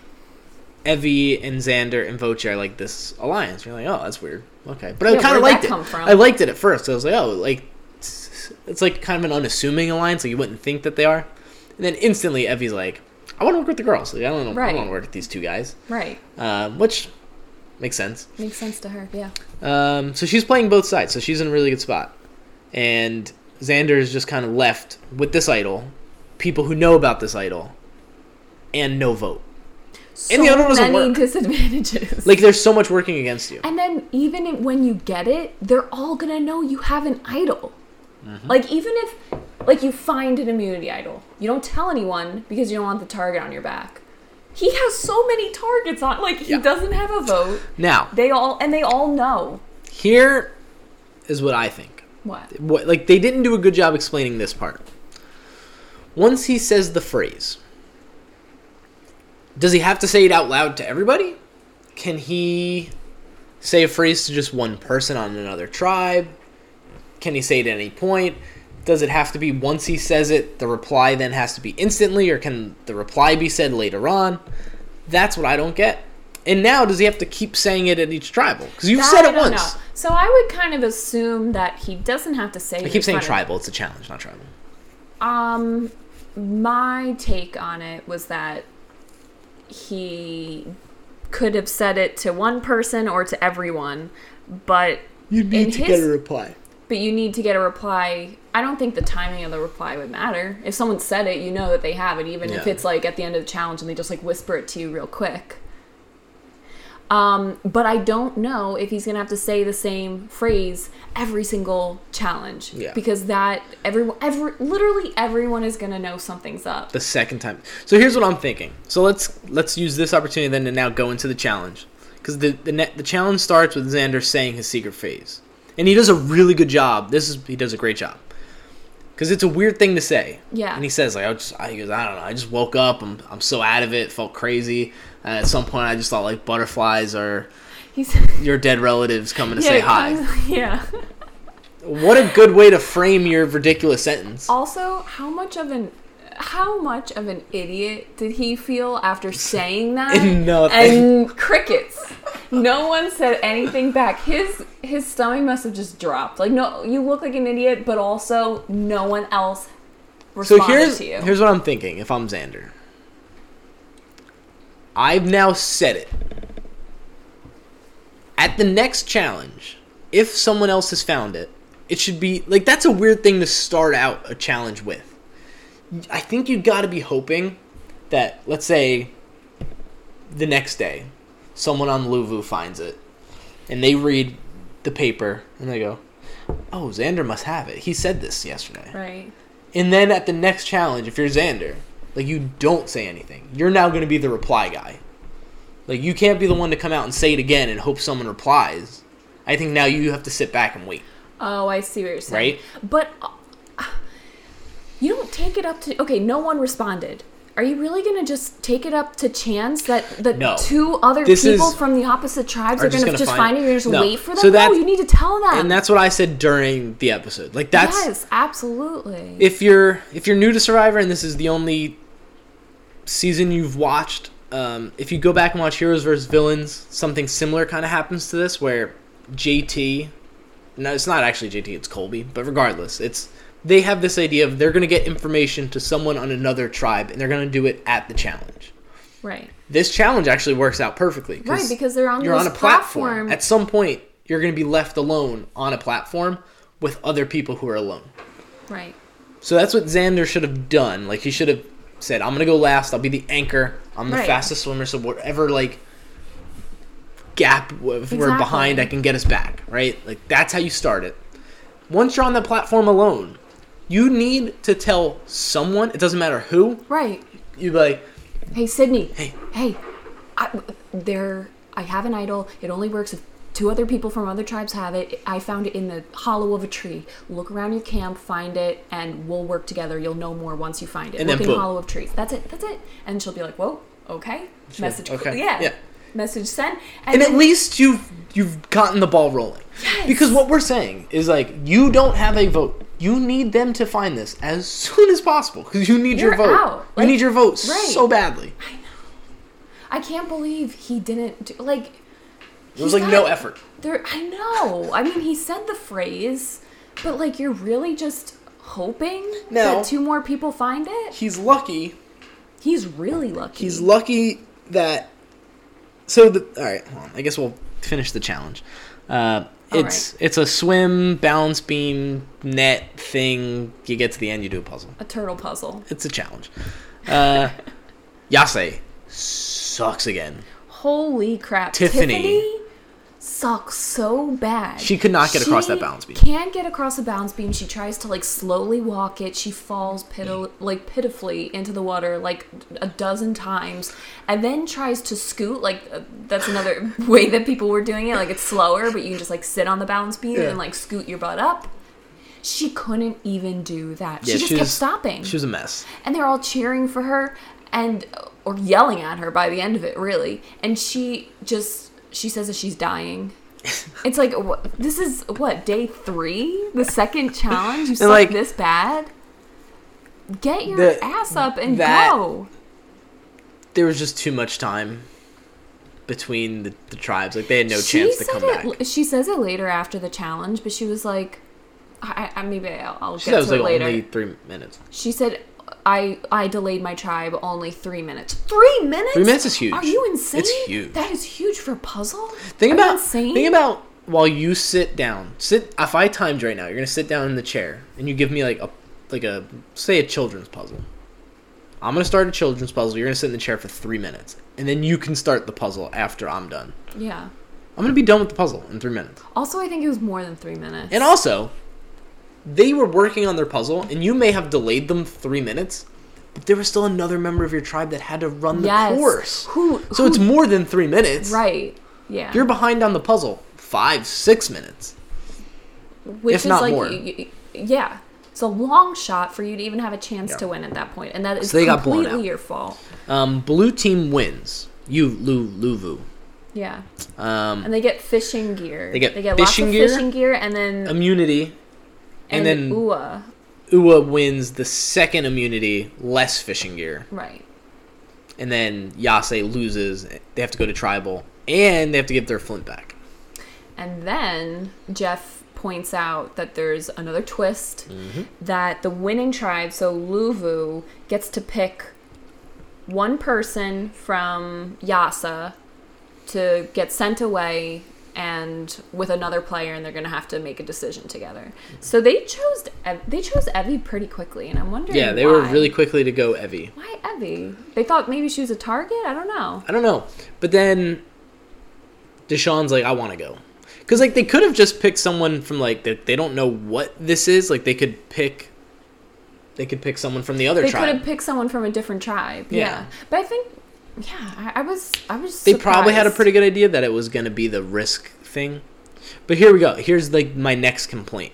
Speaker 3: Evie and Xander and Voce are like this alliance. You're like, oh, that's weird. Okay, but I
Speaker 4: Yeah,
Speaker 3: kind
Speaker 4: where did
Speaker 3: of liked
Speaker 4: that
Speaker 3: it.
Speaker 4: come from?
Speaker 3: I liked it at first. I was like, oh, like it's like kind of an unassuming alliance. Like you wouldn't think that they are. And then instantly, Evie's like, I want to work with the girls. Like I don't know, I
Speaker 4: Right.
Speaker 3: don't want to work with these two guys,
Speaker 4: Right.
Speaker 3: um, which makes sense.
Speaker 4: Makes sense to her. Yeah.
Speaker 3: Um, so she's playing both sides. So she's in a really good spot. And Xander is just kind of left with this idol, people who know about this idol, and no vote.
Speaker 4: So
Speaker 3: And the other doesn't
Speaker 4: many
Speaker 3: work.
Speaker 4: disadvantages.
Speaker 3: Like there's so much working against you.
Speaker 4: And then even if- when you get it, they're all gonna know you have an idol.
Speaker 3: Mm-hmm.
Speaker 4: Like even if like you find an immunity idol, you don't tell anyone because you don't want the target on your back. He has so many targets on like he
Speaker 3: Yeah.
Speaker 4: doesn't have a vote.
Speaker 3: Now,
Speaker 4: They all and they all know
Speaker 3: here is what I think.
Speaker 4: what.
Speaker 3: what like they didn't do a good job explaining this part. Once he says the phrase, does he have to say it out loud to everybody? Can he say a phrase to just one person on another tribe? Can he say it at any point? Does it have to be once he says it, the reply then has to be instantly, or can the reply be said later on? That's what I don't get. And now, does he have to keep saying it at each tribal? Because you've
Speaker 4: That
Speaker 3: said
Speaker 4: I
Speaker 3: it
Speaker 4: don't
Speaker 3: once.
Speaker 4: know. So I would kind of assume that he doesn't have to say.
Speaker 3: I
Speaker 4: it in
Speaker 3: keep saying
Speaker 4: front of-
Speaker 3: tribal. It's a challenge, not tribal.
Speaker 4: Um, my take on it was that he could have said it to one person or to everyone, but
Speaker 3: You
Speaker 4: need In to get his- a
Speaker 3: reply.
Speaker 4: but you need to get a reply. I don't think the timing of the reply would matter. If someone said it, you know that they have it, even if
Speaker 3: Yeah.
Speaker 4: it's like at the end of the challenge and they just like whisper it to you real quick. Um, but I don't know if he's gonna have to say the same phrase every single challenge
Speaker 3: Yeah.
Speaker 4: because that everyone, every literally everyone is gonna know something's up.
Speaker 3: The second time. So here's what I'm thinking. So let's let's use this opportunity then to now go into the challenge because the the, net, the challenge starts with Xander saying his secret phase, and he does a really good job. This is he does a great job because it's a weird thing to say.
Speaker 4: Yeah.
Speaker 3: And he says like I just I, he goes I don't know I just woke up I'm I'm so out of it felt crazy. And at some point I just thought like butterflies are
Speaker 4: He's
Speaker 3: your dead relatives coming to say hi.
Speaker 4: Yeah.
Speaker 3: What a good way to frame your ridiculous sentence.
Speaker 4: Also, how much of an how much of an idiot did he feel after saying that?
Speaker 3: Nothing.
Speaker 4: And crickets. No one said anything back. His his stomach must have just dropped. Like, no, you look like an idiot, but also no one else
Speaker 3: So
Speaker 4: responded
Speaker 3: here's
Speaker 4: to you.
Speaker 3: here's what I'm thinking. If I'm Xander, I've now said it. At the next challenge, if someone else has found it, it should be like that's a weird thing to start out a challenge with. I think you got to be hoping that let's say the next day, someone on Luvu finds it, and they read the paper and they go, "Oh, Xander must have it. He said this yesterday."
Speaker 4: right.
Speaker 3: And then at the next challenge, if you're Xander, like you don't say anything. You're now going to be the reply guy. Like you can't be the one to come out and say it again and hope someone replies. I think now you have to sit back and wait.
Speaker 4: Oh, I see what you're saying.
Speaker 3: Right?
Speaker 4: But uh, you don't take it up to okay. No one responded. Are you really gonna just take it up to chance that the
Speaker 3: No.
Speaker 4: two other
Speaker 3: This
Speaker 4: people
Speaker 3: is-
Speaker 4: from the opposite tribes
Speaker 3: are
Speaker 4: are,
Speaker 3: just
Speaker 4: gonna,
Speaker 3: gonna
Speaker 4: just
Speaker 3: find-
Speaker 4: find it? You're just
Speaker 3: No.
Speaker 4: wait for them.
Speaker 3: So that's-
Speaker 4: no, you need to tell them.
Speaker 3: And that's what I said during the episode. Like that's
Speaker 4: yes, absolutely.
Speaker 3: if you're if you're new to Survivor and this is the only season you've watched, um, if you go back and watch Heroes vs Villains, something similar kind of happens to this where JT, no, it's not actually JT, it's Colby, but regardless, it's they have this idea of they're going to get information to someone on another tribe and they're going to do it at the challenge.
Speaker 4: right.
Speaker 3: This challenge actually works out perfectly.
Speaker 4: Right, because they're on
Speaker 3: you're on
Speaker 4: this
Speaker 3: a platform.
Speaker 4: platform.
Speaker 3: At some point, you're going to be left alone on a platform with other people who are alone.
Speaker 4: Right.
Speaker 3: So that's what Xander should have done. Like he should have said, "I'm gonna go last. I'll be the anchor. I'm the
Speaker 4: Right.
Speaker 3: fastest swimmer." So whatever, like gap if we're
Speaker 4: Exactly.
Speaker 3: behind i can get us back right like that's how you start it once you're on the platform alone you need to tell someone it doesn't matter who
Speaker 4: Right.
Speaker 3: you be like
Speaker 4: Hey, Sydney.
Speaker 3: Hey.
Speaker 4: Hey. I, there. I have an idol. It only works if two other people from other tribes have it. I found it in the hollow of a tree. Look around your camp, find it, and we'll work together. You'll know more once you find it.
Speaker 3: And
Speaker 4: Look
Speaker 3: then
Speaker 4: in
Speaker 3: boom.
Speaker 4: hollow of trees. That's it. That's it. And she'll be like, "Whoa, okay." Message.
Speaker 3: okay,
Speaker 4: Yeah.
Speaker 3: yeah.
Speaker 4: Message sent.
Speaker 3: and at
Speaker 4: then-
Speaker 3: least you've you've gotten the ball rolling
Speaker 4: Yes.
Speaker 3: because what we're saying is like you don't have a vote you need them to find this as soon as possible because you need your
Speaker 4: You're
Speaker 3: vote
Speaker 4: out.
Speaker 3: you
Speaker 4: Like,
Speaker 3: need your vote
Speaker 4: right.
Speaker 3: so badly
Speaker 4: I can't believe he didn't do, like.
Speaker 3: it was like no effort
Speaker 4: There, I know. I mean, he said the phrase, but like, you're really just hoping
Speaker 3: No.
Speaker 4: that two more people find it.
Speaker 3: he's lucky
Speaker 4: He's really lucky.
Speaker 3: he's lucky that so the all right hold on. i guess we'll finish the challenge uh,
Speaker 4: All
Speaker 3: it's it's a swim balance beam net thing you get to the end you do a puzzle
Speaker 4: a turtle puzzle.
Speaker 3: it's a challenge uh, yase sucks again
Speaker 4: Holy crap!
Speaker 3: Tiffany.
Speaker 4: sucks so bad.
Speaker 3: She could not get across
Speaker 4: She
Speaker 3: that balance beam.
Speaker 4: Can't get across the balance beam. She tries to like slowly walk it. She falls pitil- like pitifully into the water like a dozen times, and then tries to scoot. Like uh, that's another way that people were doing it. Like it's slower, but you can just like sit on the balance beam
Speaker 3: Yeah.
Speaker 4: and like scoot your butt up. She couldn't even do that.
Speaker 3: Yeah,
Speaker 4: she just kept stopping
Speaker 3: she was a mess
Speaker 4: and they're all cheering for her and or yelling at her by the end of it really and she just she says that she's dying it's like wha- this is what day three the second challenge you suck
Speaker 3: like,
Speaker 4: this bad get your
Speaker 3: the-
Speaker 4: ass up and
Speaker 3: that-
Speaker 4: go
Speaker 3: there was just too much time between the, the tribes like they had no chance to
Speaker 4: said
Speaker 3: come
Speaker 4: it,
Speaker 3: back
Speaker 4: she says it later after the challenge but she was like I, I maybe i'll, I'll
Speaker 3: she
Speaker 4: get
Speaker 3: said
Speaker 4: to
Speaker 3: it was
Speaker 4: it
Speaker 3: like
Speaker 4: later
Speaker 3: only three minutes
Speaker 4: She said, "I I delayed my tribe only three minutes. Three minutes?
Speaker 3: Three minutes is huge.
Speaker 4: Are you insane?
Speaker 3: It's huge.
Speaker 4: That is huge for a puzzle.
Speaker 3: Think
Speaker 4: Are you
Speaker 3: about
Speaker 4: insane.
Speaker 3: think about while you sit down. Sit if I timed right now, you're gonna sit down in the chair and you give me like a like a say a children's puzzle. I'm gonna start a children's puzzle. You're gonna sit in the chair for three minutes, and then you can start the puzzle after I'm done.
Speaker 4: yeah.
Speaker 3: I'm gonna be done with the puzzle in three minutes.
Speaker 4: Also, I think it was more than three minutes.
Speaker 3: And also, they were working on their puzzle, and you may have delayed them three minutes, but there was still another member of your tribe that had to run the
Speaker 4: Yes.
Speaker 3: course.
Speaker 4: Who-
Speaker 3: so
Speaker 4: who-
Speaker 3: it's more than three minutes.
Speaker 4: right? Yeah.
Speaker 3: You're behind on the puzzle five, six minutes.
Speaker 4: Which
Speaker 3: if
Speaker 4: is
Speaker 3: not
Speaker 4: like,
Speaker 3: more.
Speaker 4: y- y- yeah. It's a long shot for you to even have a chance
Speaker 3: Yeah.
Speaker 4: to win at that point, and that is
Speaker 3: So they got blown
Speaker 4: completely
Speaker 3: out.
Speaker 4: your fault.
Speaker 3: Um, blue team wins. You Lu Luvu.
Speaker 4: Yeah.
Speaker 3: Um,
Speaker 4: And they get fishing gear.
Speaker 3: They get
Speaker 4: they get
Speaker 3: fishing
Speaker 4: lots of
Speaker 3: gear,
Speaker 4: fishing gear, and then
Speaker 3: immunity, and, then
Speaker 4: ooh, uh,
Speaker 3: Uwa wins the second immunity, less fishing gear,
Speaker 4: right?
Speaker 3: and then Yase loses. They have to go to tribal, and they have to give their flint back.
Speaker 4: And then Jeff points out that there's another twist
Speaker 3: Mm-hmm.
Speaker 4: that the winning tribe, so Luvu, gets to pick one person from Yasa to get sent away and with another player and they're going to have to make a decision together.
Speaker 3: Mm-hmm.
Speaker 4: So they chose Ev- they chose Evie pretty quickly and I'm wondering
Speaker 3: Yeah, they were
Speaker 4: why.
Speaker 3: really quickly to go Evie.
Speaker 4: Why Evie? They thought maybe she was a target? I don't know.
Speaker 3: I don't know. But then Deshaun's like, I want to go. Because, like, they could have just picked someone from, like, that they don't know what this is. Like, they could pick. They could pick someone from the other
Speaker 4: They could
Speaker 3: tribe.
Speaker 4: have picked someone from a different tribe.
Speaker 3: Yeah.
Speaker 4: Yeah. But I think yeah, I, I was I was
Speaker 3: They probably had a
Speaker 4: surprised.
Speaker 3: pretty good idea that it was going to be the risk thing. But here we go. Here's, like, my next complaint.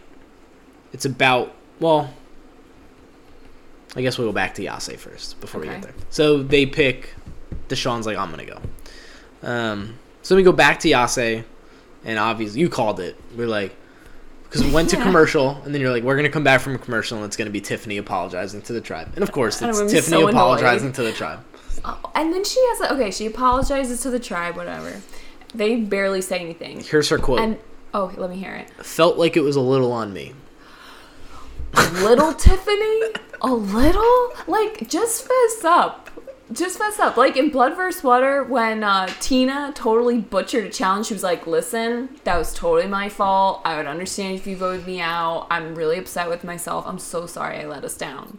Speaker 3: It's about, well, I guess we'll go back to Yase first before we get
Speaker 4: Okay.
Speaker 3: there. So they pick. Deshaun's like, I'm gonna go. Um, so we go back to Yase, and obviously you called it. We're like, because we went to
Speaker 4: Yeah.
Speaker 3: commercial, and then you're like, we're gonna come back from commercial, and it's gonna be Tiffany apologizing to the tribe, and of course
Speaker 4: And
Speaker 3: it's
Speaker 4: I'm gonna be
Speaker 3: Tiffany
Speaker 4: so annoyed.
Speaker 3: apologizing to the tribe.
Speaker 4: Oh, and then she has a, okay, she apologizes to the tribe, whatever. They barely say anything.
Speaker 3: Here's her quote:
Speaker 4: And oh, let me hear it.
Speaker 3: "Felt like it was a little on me."
Speaker 4: Little Tiffany, a little like just fess up. Just fess up. Like in Blood vs. Water, when uh, Tina totally butchered a challenge, she was like, "Listen, that was totally my fault. I would understand if you voted me out. I'm really upset with myself. I'm so sorry I let us down."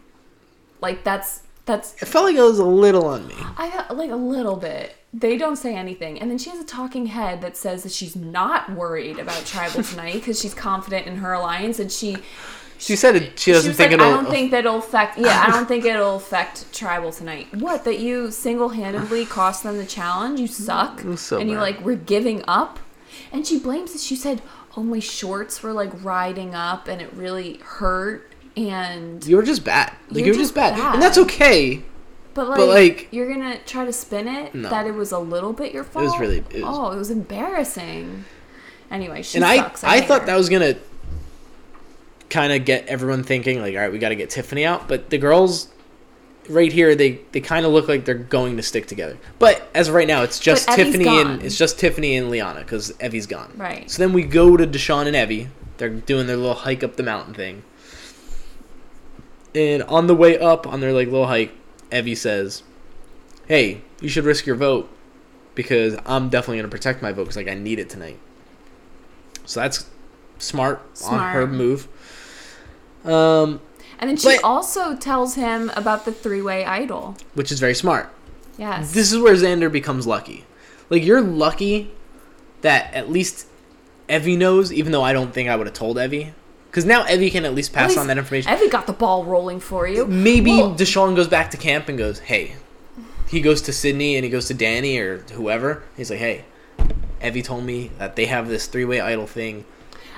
Speaker 4: Like that's That's
Speaker 3: It felt like it was a little on me.
Speaker 4: I like a little bit. They don't say anything, and then she has a talking head that says that she's not worried about tribal tonight because she's confident in her alliance, and she
Speaker 3: She said it, she doesn't
Speaker 4: was
Speaker 3: think
Speaker 4: like,
Speaker 3: it'll.
Speaker 4: I don't think that'll affect. Yeah, I don't think it'll affect tribal tonight. What that you single-handedly cost them the challenge? You suck,
Speaker 3: was so
Speaker 4: and you
Speaker 3: bad.
Speaker 4: like were giving up. And she blames it. She said, "Oh, my shorts were like riding up, and it really hurt." And
Speaker 3: you were just bad.
Speaker 4: You're
Speaker 3: Like you were
Speaker 4: just
Speaker 3: just bad.
Speaker 4: bad.
Speaker 3: and that's okay.
Speaker 4: But like,
Speaker 3: like-
Speaker 4: you're gonna try to spin it
Speaker 3: No.
Speaker 4: that it was a little bit your fault.
Speaker 3: was really- it was-
Speaker 4: oh, it was embarrassing. Anyway, she
Speaker 3: and I,
Speaker 4: sucks.
Speaker 3: I,
Speaker 4: hate
Speaker 3: thought
Speaker 4: her.
Speaker 3: that was gonna kind of get everyone thinking like, all right, we got to get Tiffany out. But the girls right here, they they kind of look like they're going to stick together. But as of right now, it's just
Speaker 4: But Evie's
Speaker 3: Tiffany
Speaker 4: gone.
Speaker 3: and it's just Tiffany and Liana because Evie's gone.
Speaker 4: Right.
Speaker 3: So then we go to Deshaun and Evie. They're doing their little hike up the mountain thing. And on the way up, on their like little hike, Evie says, "Hey, you should risk your vote because I'm definitely gonna protect my vote because like I need it tonight." So that's smart, on her
Speaker 4: Smart.
Speaker 3: move. Um,
Speaker 4: And then she
Speaker 3: but-
Speaker 4: also tells him about the three-way idol.
Speaker 3: which is very smart.
Speaker 4: Yes.
Speaker 3: This is where Xander becomes lucky. Like you're lucky that at least Evie knows, even though I don't think I would have told Evie, because now Evie can at least pass
Speaker 4: At least
Speaker 3: on that information.
Speaker 4: Evie got the ball rolling for you.
Speaker 3: Maybe
Speaker 4: Well,
Speaker 3: Deshaun goes back to camp and goes, "Hey," he goes to Sydney and he goes to Danny or whoever. He's like, "Hey, Evie told me that they have this three-way idol thing.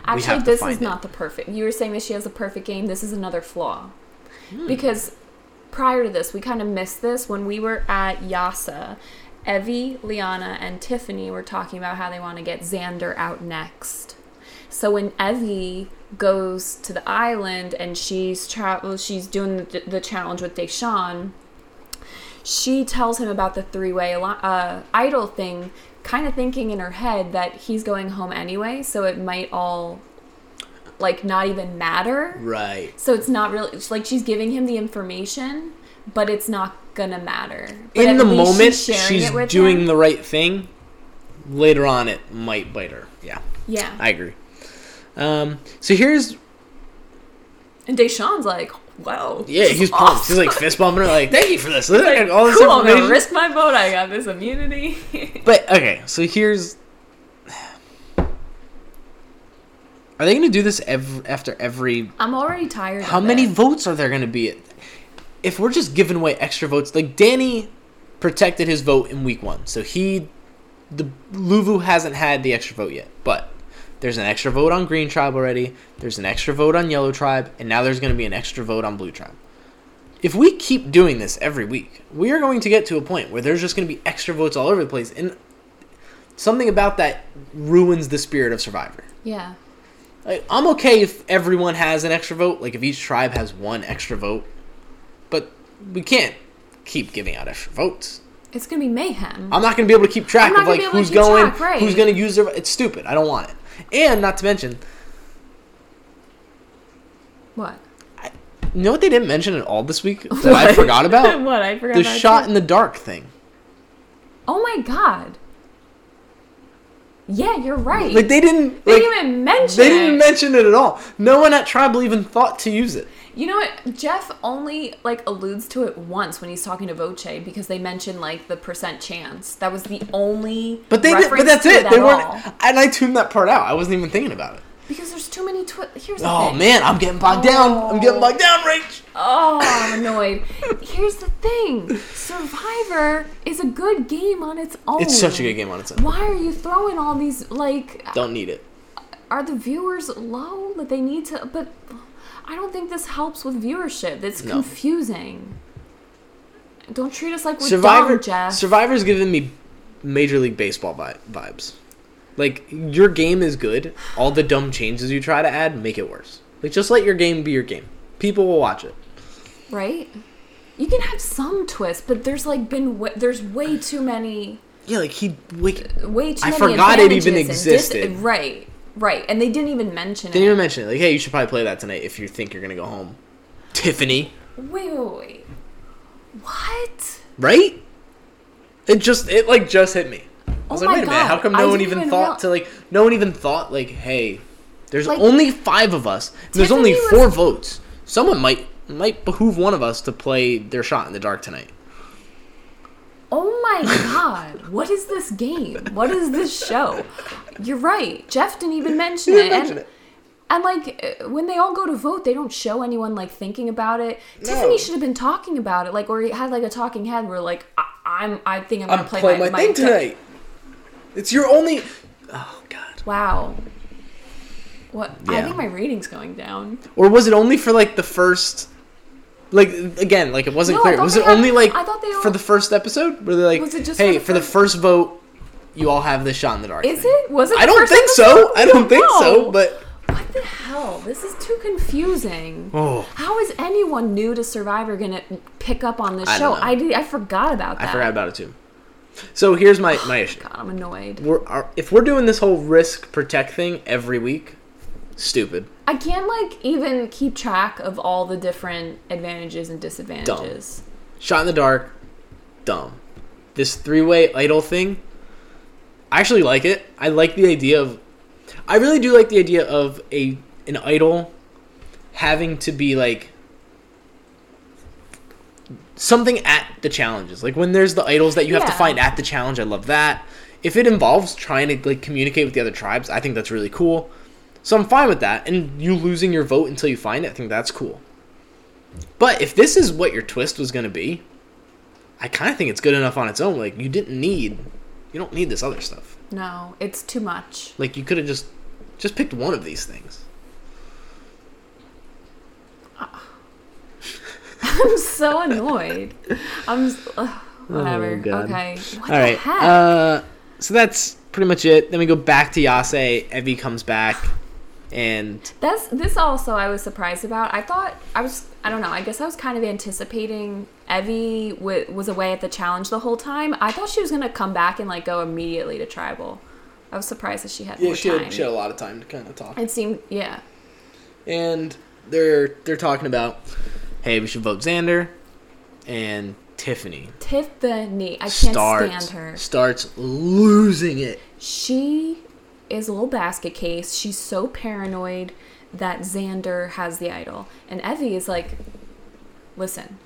Speaker 4: actually,
Speaker 3: to
Speaker 4: this
Speaker 3: find
Speaker 4: is
Speaker 3: it.
Speaker 4: not the perfect. You were saying that she has a perfect game. This is another flaw,
Speaker 3: Hmm.
Speaker 4: because prior to this, we kind of missed this when we were at Yasa. Evie, Liana, and Tiffany were talking about how they want to get Xander out next. So when Evie goes to the island and she's tra- well, she's doing the, the challenge with Deshawn, she tells him about the three-way al- uh, idol thing, kind of thinking in her head that he's going home anyway, so it might all like not even matter.
Speaker 3: Right?
Speaker 4: So it's not really it's like she's giving him the information, but it's not gonna matter. But
Speaker 3: In
Speaker 4: at
Speaker 3: the
Speaker 4: least
Speaker 3: moment, she's,
Speaker 4: sharing it with
Speaker 3: doing
Speaker 4: him.
Speaker 3: the right thing. Later on, it might bite her. Yeah,
Speaker 4: yeah.
Speaker 3: I agree. Um, so here's
Speaker 4: and Deshawn's like, "Wow,
Speaker 3: yeah,
Speaker 4: this is
Speaker 3: he's pumped. He's like
Speaker 4: awesome."
Speaker 3: fist bumping her, like, "Thank you for this. Look at all this
Speaker 4: cool, I'm gonna
Speaker 3: information."
Speaker 4: risk my vote. I got this immunity."
Speaker 3: But okay, so here's. Are they going to do this ev- after every?
Speaker 4: I'm already tired.
Speaker 3: How
Speaker 4: of
Speaker 3: many
Speaker 4: it.
Speaker 3: votes are there going to be? If we're just giving away extra votes, like Danny protected his vote in week one, so he, the Luvu hasn't had the extra vote yet. But there's an extra vote on Green Tribe already. There's an extra vote on Yellow Tribe, and now there's going to be an extra vote on Blue Tribe. If we keep doing this every week, we are going to get to a point where there's just going to be extra votes all over the place, and something about that ruins the spirit of Survivor.
Speaker 4: Yeah.
Speaker 3: Like, I'm okay if everyone has an extra vote, like if each tribe has one extra vote, but we can't keep giving out extra votes.
Speaker 4: It's gonna be mayhem.
Speaker 3: I'm not going to be able to keep
Speaker 4: I'm
Speaker 3: track
Speaker 4: not
Speaker 3: of
Speaker 4: gonna
Speaker 3: like
Speaker 4: be able to
Speaker 3: who's
Speaker 4: keep
Speaker 3: going,
Speaker 4: track, right.
Speaker 3: who's going to use their. It's stupid. I don't want it. And not to mention,
Speaker 4: what?
Speaker 3: you know what they didn't mention at all this week that I forgot about?
Speaker 4: what? I forgot
Speaker 3: the
Speaker 4: about
Speaker 3: shot
Speaker 4: too.
Speaker 3: in the dark thing.
Speaker 4: Oh my god. Yeah, you're right.
Speaker 3: Like they didn't.
Speaker 4: They
Speaker 3: like,
Speaker 4: didn't even mention
Speaker 3: They didn't
Speaker 4: it.
Speaker 3: mention it at all. No one at tribal even thought to use it.
Speaker 4: you know what? Jeff only like alludes to it once when he's talking to Voce because they mention like the percent chance. That was the only
Speaker 3: But they did, but
Speaker 4: reference
Speaker 3: that's
Speaker 4: to
Speaker 3: it. They
Speaker 4: at
Speaker 3: weren't
Speaker 4: all.
Speaker 3: and I tuned that part out. I wasn't even thinking about it.
Speaker 4: because there's too many twi- here's the
Speaker 3: Oh
Speaker 4: thing.
Speaker 3: man, I'm getting bogged down. I'm getting
Speaker 4: Oh.
Speaker 3: bogged down, Rach.
Speaker 4: Oh, I'm annoyed. here's the thing. Survivor is a good game on its own.
Speaker 3: It's such a good game on its own.
Speaker 4: Why are you throwing all these like
Speaker 3: Don't need it.
Speaker 4: are the viewers low that they need to but i don't think this helps with viewership it's
Speaker 3: No.
Speaker 4: confusing don't treat us like we're
Speaker 3: Survivor
Speaker 4: dumb, Jeff.
Speaker 3: Survivor's giving me Major League Baseball vi- vibes. Like your game is good. All the dumb changes you try to add make it worse. Like just let your game be your game. People will watch it.
Speaker 4: right you can have some twist but there's like been wa- there's way too many
Speaker 3: Yeah, like he like
Speaker 4: way too
Speaker 3: I
Speaker 4: many
Speaker 3: forgot it even
Speaker 4: advantages and dis-
Speaker 3: existed.
Speaker 4: right right and they didn't even mention
Speaker 3: didn't
Speaker 4: it
Speaker 3: even mention it. Like, hey, you should probably play that tonight if you think you're gonna go home. Tiffany.
Speaker 4: wait wait wait what
Speaker 3: right? It just it like just hit me. I was
Speaker 4: Oh
Speaker 3: like,
Speaker 4: my
Speaker 3: wait a minute, how
Speaker 4: God,
Speaker 3: come
Speaker 4: I
Speaker 3: no one
Speaker 4: didn't
Speaker 3: even
Speaker 4: even
Speaker 3: thought to
Speaker 4: real-
Speaker 3: like no one even thought like, hey, there's
Speaker 4: Like-
Speaker 3: only five of us. and there's only
Speaker 4: Tiffany
Speaker 3: four
Speaker 4: was-
Speaker 3: votes. Someone might might behoove one of us to play their shot in the dark tonight.
Speaker 4: Oh my god, what is this game? What is this show? You're right. Jeff didn't even mention
Speaker 3: didn't
Speaker 4: it.
Speaker 3: mention
Speaker 4: and,
Speaker 3: it.
Speaker 4: and like uh, when they all go to vote, they don't show anyone like thinking about it.
Speaker 3: No.
Speaker 4: Tiffany should have been talking about it, like or had like a talking head where like I- I'm I think I'm gonna
Speaker 3: I'm
Speaker 4: play,
Speaker 3: playing
Speaker 4: my,
Speaker 3: my, thing
Speaker 4: tech-
Speaker 3: tonight. It's your only. Oh God.
Speaker 4: Wow. What I
Speaker 3: Yeah.
Speaker 4: think my rating's going down.
Speaker 3: Or was it only for like the first? Like again, like it wasn't
Speaker 4: No, I
Speaker 3: clear.
Speaker 4: thought
Speaker 3: Was
Speaker 4: they
Speaker 3: it
Speaker 4: had-
Speaker 3: only like
Speaker 4: I thought they
Speaker 3: for
Speaker 4: all-
Speaker 3: the first episode? Were they like,
Speaker 4: Was it just
Speaker 3: hey,
Speaker 4: for the
Speaker 3: for the first vote, you all have this shot in the dark?
Speaker 4: Is
Speaker 3: tonight."
Speaker 4: it? Was it?
Speaker 3: I
Speaker 4: the
Speaker 3: don't
Speaker 4: first
Speaker 3: think so.
Speaker 4: episode?
Speaker 3: I don't think so.
Speaker 4: No.
Speaker 3: But
Speaker 4: what the hell? This is too confusing.
Speaker 3: oh,
Speaker 4: How is anyone new to Survivor gonna pick up on this
Speaker 3: I
Speaker 4: show?
Speaker 3: don't know.
Speaker 4: I did. I forgot about
Speaker 3: I
Speaker 4: that.
Speaker 3: forgot about it too. So here's my my issue.
Speaker 4: Oh, God, I'm annoyed.
Speaker 3: We're, our, if we're doing this whole risk protect thing every week, stupid.
Speaker 4: I can't like even keep track of all the different advantages and disadvantages.
Speaker 3: Shot in the dark, dumb. This three way idol thing, I actually like it. I like the idea of, I really do like the idea of a an idol having to be like something at the challenges. Like when there's the idols that you have to
Speaker 4: Yeah.
Speaker 3: find at the challenge, I love that. If it involves trying to like communicate with the other tribes, I think that's really cool. So I'm fine with that. And you losing your vote until you find it, I think that's cool. But if this is what your twist was going to be, I kind of think it's good enough on its own. Like you didn't need, you don't need this other stuff.
Speaker 4: No, it's too much.
Speaker 3: Like you could have just, just picked one of these things.
Speaker 4: I'm so annoyed. I'm s- ugh, whatever.
Speaker 3: Oh, God.
Speaker 4: okay. What
Speaker 3: All
Speaker 4: the
Speaker 3: right.
Speaker 4: heck?
Speaker 3: Uh, so that's pretty much it. Then we go back to Yase. Evie comes back, and
Speaker 4: That's this also I was surprised about. I thought I was I don't know. I guess I was kind of anticipating Evie w- was away at the challenge the whole time. I thought she was gonna come back and like go immediately to tribal. I was surprised that she had more time.
Speaker 3: a lot of time to kind of talk.
Speaker 4: It seemed yeah.
Speaker 3: And they're they're talking about, hey, we should vote Xander, and Tiffany
Speaker 4: Tiffany, I can't
Speaker 3: starts
Speaker 4: stand her.
Speaker 3: starts losing it.
Speaker 4: She is a little basket case. She's so paranoid that Xander has the idol, and Evie is like, "Listen,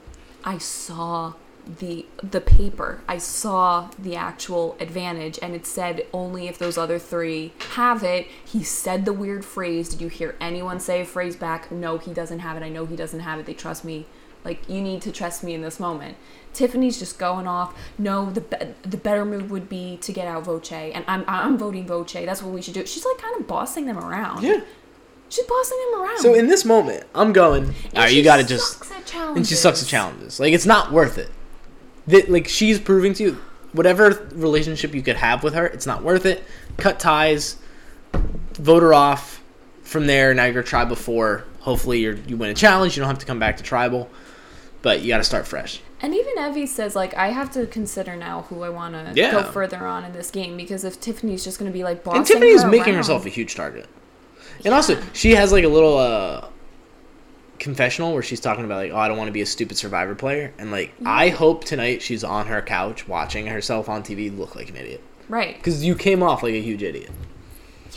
Speaker 4: I saw the the paper. I saw the actual advantage, and it said only if those other three have it." He said the weird phrase. Did you hear anyone say a phrase back? No, he doesn't have it. I know he doesn't have it. They trust me. Like you need to trust me in this moment. Tiffany's just going off. No, the be- the better move would be to get out Voce, and I'm I'm voting Voce. That's what we should do. She's like kind of bossing them around. she's bossing them around.
Speaker 3: So in this moment, I'm going.
Speaker 4: And
Speaker 3: All right,
Speaker 4: she
Speaker 3: you gotta just.
Speaker 4: sucks at
Speaker 3: And she sucks
Speaker 4: challenges.
Speaker 3: at challenges. Like it's not worth it. That like she's proving to you, whatever relationship you could have with her, it's not worth it. Cut ties, vote her off. From there, now you're tribal four. Hopefully, you're you win a challenge. You don't have to come back to tribal, but you got to start fresh.
Speaker 4: And even Evie says, like, I have to consider now who I want to
Speaker 3: Yeah.
Speaker 4: go further on in this game because if Tiffany's just going to be like bossing
Speaker 3: and Tiffany is
Speaker 4: her
Speaker 3: making
Speaker 4: around-
Speaker 3: herself a huge target. And also, she has like a little uh, confessional where she's talking about like, "Oh, I don't want to be a stupid survivor player," and like, I hope tonight she's on her couch watching herself on TV look like an idiot
Speaker 4: right.
Speaker 3: because you came off like a huge idiot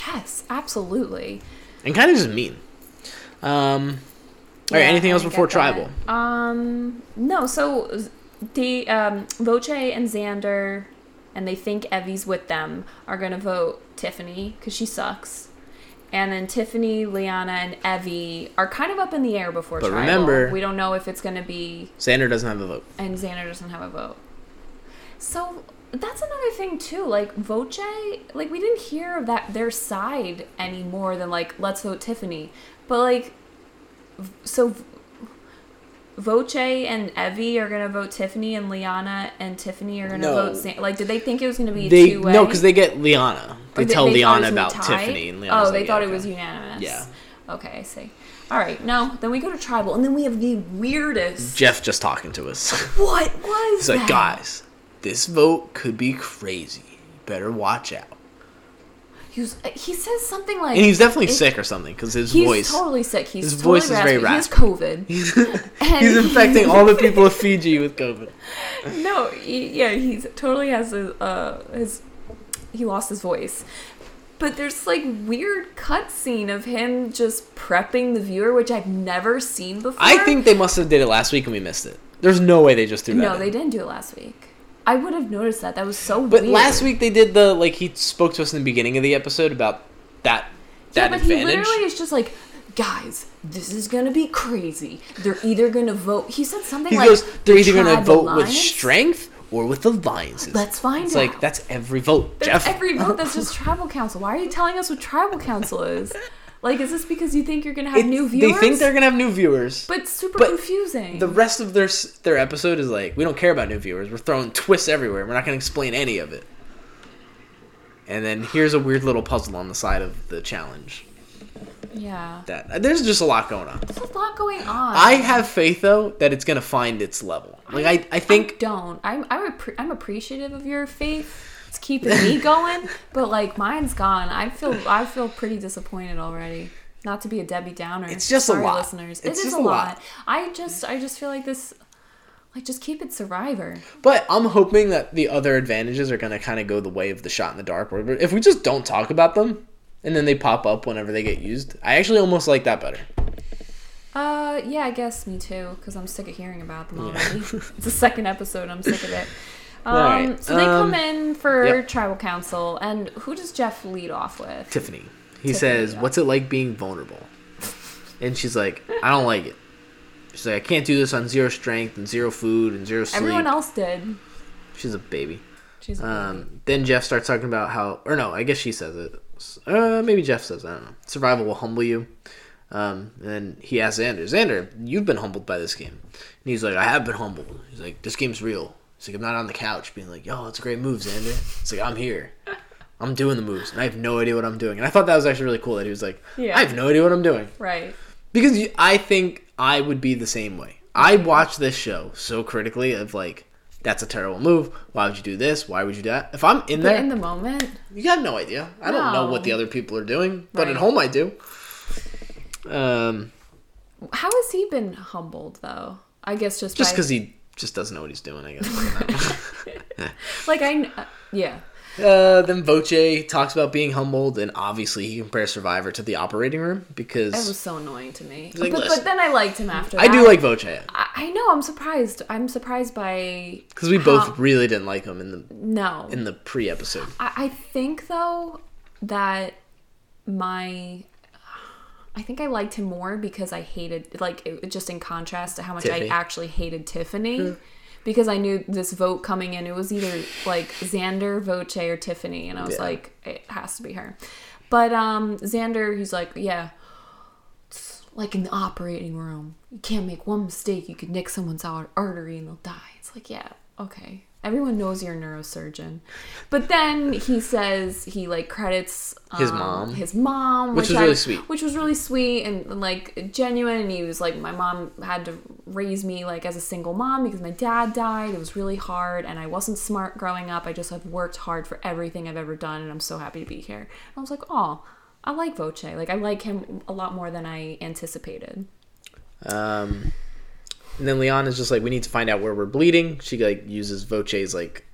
Speaker 4: Yes, absolutely.
Speaker 3: and kind of just mean. Um, all right,
Speaker 4: Yeah,
Speaker 3: anything else
Speaker 4: I
Speaker 3: before
Speaker 4: get that.
Speaker 3: tribal?
Speaker 4: Um, no. So the um, Voce and Xander, and they think Evie's with them, are gonna vote Tiffany because she sucks. And then Tiffany, Liana, and Evie are kind of up in the air before
Speaker 3: But
Speaker 4: tribal.
Speaker 3: remember-
Speaker 4: we don't know if it's gonna be
Speaker 3: Xander doesn't have a vote.
Speaker 4: and Xander doesn't have a vote. So that's another thing too. Like Voce, like we didn't hear that their side any more than like let's vote Tiffany, but like v- so. v- Voce and Evie are gonna vote Tiffany, and Liana and Tiffany are gonna
Speaker 3: No.
Speaker 4: vote. Xan- like, did they think it was gonna be a
Speaker 3: They
Speaker 4: two-way?
Speaker 3: no, because they get Liana. They,
Speaker 4: Or
Speaker 3: tell
Speaker 4: thought it
Speaker 3: Liana
Speaker 4: was gonna
Speaker 3: about
Speaker 4: be tied?
Speaker 3: Tiffany, and Liana's
Speaker 4: Oh, they
Speaker 3: like,
Speaker 4: thought
Speaker 3: "Yeah,
Speaker 4: it was
Speaker 3: okay."
Speaker 4: unanimous.
Speaker 3: Yeah.
Speaker 4: Okay, I see. All right, no. Then we go to tribal, and then we have the weirdest.
Speaker 3: Jeff just talking to us.
Speaker 4: what was
Speaker 3: He's like,
Speaker 4: that?
Speaker 3: guys, this vote could be crazy. You better watch out.
Speaker 4: He, was, uh, he says something like,
Speaker 3: And he's definitely
Speaker 4: It-
Speaker 3: sick or something because his
Speaker 4: He's
Speaker 3: voice.
Speaker 4: totally sick. He's
Speaker 3: His
Speaker 4: totally
Speaker 3: voice is very
Speaker 4: He has COVID.
Speaker 3: he's infecting all the people of Fiji with COVID.
Speaker 4: No, he, yeah, he's totally has his, uh, his. He lost his voice, But there's like weird cutscene of him just prepping the viewer, which I've never seen before.
Speaker 3: I think they must have did it last week and we missed it. There's no way they just threw that.
Speaker 4: no,
Speaker 3: in.
Speaker 4: they didn't do it last week. I would have noticed that. That was so
Speaker 3: But
Speaker 4: weird.
Speaker 3: last week they did the like he spoke to us in the beginning of the episode about that that
Speaker 4: yeah, but he
Speaker 3: advantage.
Speaker 4: literally is just like, guys, this is gonna be crazy. They're either gonna vote. He said something
Speaker 3: he
Speaker 4: like,
Speaker 3: goes, they're either going to
Speaker 4: "Tribe
Speaker 3: vote with
Speaker 4: alliance?"
Speaker 3: strength or with alliances.
Speaker 4: Let's find
Speaker 3: It's
Speaker 4: out.
Speaker 3: like that's every vote,
Speaker 4: There's
Speaker 3: Jeff.
Speaker 4: every vote that's just tribal council. Why are you telling us what tribal council is? Like, is this because you think you're gonna have
Speaker 3: It's-
Speaker 4: new viewers?
Speaker 3: They think they're going to have new viewers.
Speaker 4: But it's super
Speaker 3: but
Speaker 4: confusing.
Speaker 3: the rest of their s- their episode is like we don't care about new viewers. We're throwing twists everywhere. We're not going to explain any of it. And then here's a weird little puzzle on the side of the challenge.
Speaker 4: yeah,
Speaker 3: That there's just a lot going on.
Speaker 4: there's a lot going on.
Speaker 3: I have faith though that it's gonna find its level. Like I, I
Speaker 4: I
Speaker 3: think
Speaker 4: don't. I'm I'm, appre- I'm appreciative of your faith. It's keeping me going, but like mine's gone. I feel I feel pretty disappointed already. Not to be a Debbie Downer.
Speaker 3: It's just a
Speaker 4: Sorry,
Speaker 3: lot.
Speaker 4: listeners.
Speaker 3: It's
Speaker 4: it is
Speaker 3: just
Speaker 4: a
Speaker 3: a lot.
Speaker 4: lot. I just I just feel like this. Like just keep it Survivor.
Speaker 3: but I'm hoping that the other advantages are gonna kinda go the way of the shot in the dark where if we just don't talk about them and then they pop up whenever they get used. I actually almost like that better.
Speaker 4: Uh, yeah, I guess me too, because I'm sick of hearing about them already. it's the second episode, I'm sick of it. Um,
Speaker 3: Alright,
Speaker 4: So they come
Speaker 3: um,
Speaker 4: in for
Speaker 3: yep.
Speaker 4: tribal council, and who does Jeff lead off with?
Speaker 3: Tiffany. He says,
Speaker 4: yeah.
Speaker 3: What's it like being vulnerable? And she's like, I don't like it. She's like, I can't do this on zero strength and zero food and zero sleep.
Speaker 4: Everyone else did.
Speaker 3: She's a baby.
Speaker 4: She's um,
Speaker 3: Um, then Jeff starts talking about how, or no, I guess she says it. S- Uh, maybe Jeff says, it, I don't know. Survival will humble you. Um, and then he asks Xander, Xander, you've been humbled by this game. And he's like, I have been humbled. He's like, this game's real. He's like, I'm not on the couch being like, yo, it's a great move, Xander. It's like, I'm here. I'm doing the moves, and I have no idea what I'm doing. And I thought that was actually really cool that he was like,
Speaker 4: Yeah.
Speaker 3: I have no idea what I'm doing.
Speaker 4: right.
Speaker 3: Because you- I think I would be the same way. I watch this show so critically of like, that's a terrible move. Why would you do this? Why would you do that? If I'm in
Speaker 4: But
Speaker 3: there,
Speaker 4: in the moment,
Speaker 3: you got no idea. I don't know
Speaker 4: No.
Speaker 3: what the other people are doing, but
Speaker 4: Right.
Speaker 3: at home I do. Um,
Speaker 4: how has he been humbled though? I guess just
Speaker 3: just
Speaker 4: by-
Speaker 3: because he just doesn't know what he's doing, I guess.
Speaker 4: like I kn- uh, yeah
Speaker 3: uh, then Voce talks about being humbled, and obviously he compares Survivor to the operating room because
Speaker 4: that was so annoying to me.
Speaker 3: like,
Speaker 4: but, but
Speaker 3: listen.
Speaker 4: then I liked him after.
Speaker 3: I do
Speaker 4: that.
Speaker 3: like Voce
Speaker 4: I, I know. I'm surprised. I'm surprised by
Speaker 3: because we
Speaker 4: how-
Speaker 3: both really didn't like him in the
Speaker 4: no
Speaker 3: in the pre episode.
Speaker 4: I, I think though that my I think I liked him more because I hated like it, just in contrast to how much
Speaker 3: Tiffany. Hmm.
Speaker 4: I actually hated Tiffany because I knew this vote coming in it was either like Xander, Voce or Tiffany and I was
Speaker 3: Yeah.
Speaker 4: like it has to be her. But um Xander he's like yeah it's like in the operating room you can't make one mistake you could nick someone's ar- artery and they'll die. It's like yeah okay. Everyone knows you're a neurosurgeon. But then he says he like credits
Speaker 3: His
Speaker 4: um,
Speaker 3: mom.
Speaker 4: his mom,
Speaker 3: Which
Speaker 4: which,
Speaker 3: was
Speaker 4: I-
Speaker 3: really sweet.
Speaker 4: Which was really sweet and like genuine. And he was like, my mom had to raise me like as a single mom because my dad died. It was really hard, and I wasn't smart growing up. I just have worked hard for everything I've ever done, and I'm so happy to be here. And I was like, oh, I like Voce. Like I like him a lot more than I anticipated.
Speaker 3: Um, and then Leon is just like, we need to find out where we're bleeding. She like uses Voce's like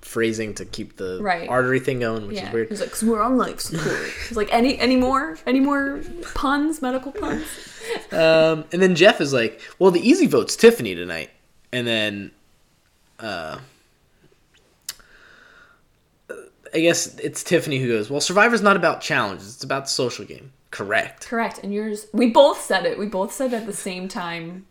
Speaker 3: phrasing to keep the
Speaker 4: Right.
Speaker 3: artery thing going, which
Speaker 4: Yeah,
Speaker 3: is weird.
Speaker 4: he's like, "Cause we're on life support." he's like, "Any, any more, any more puns, medical puns?"
Speaker 3: Um, and then Jeff is like, well, the easy vote's Tiffany tonight. And then, uh, I guess it's Tiffany who goes, well, Survivor's not about challenges; it's about the social game. Correct.
Speaker 4: Correct. And yours, we both said it. We both said it at the same time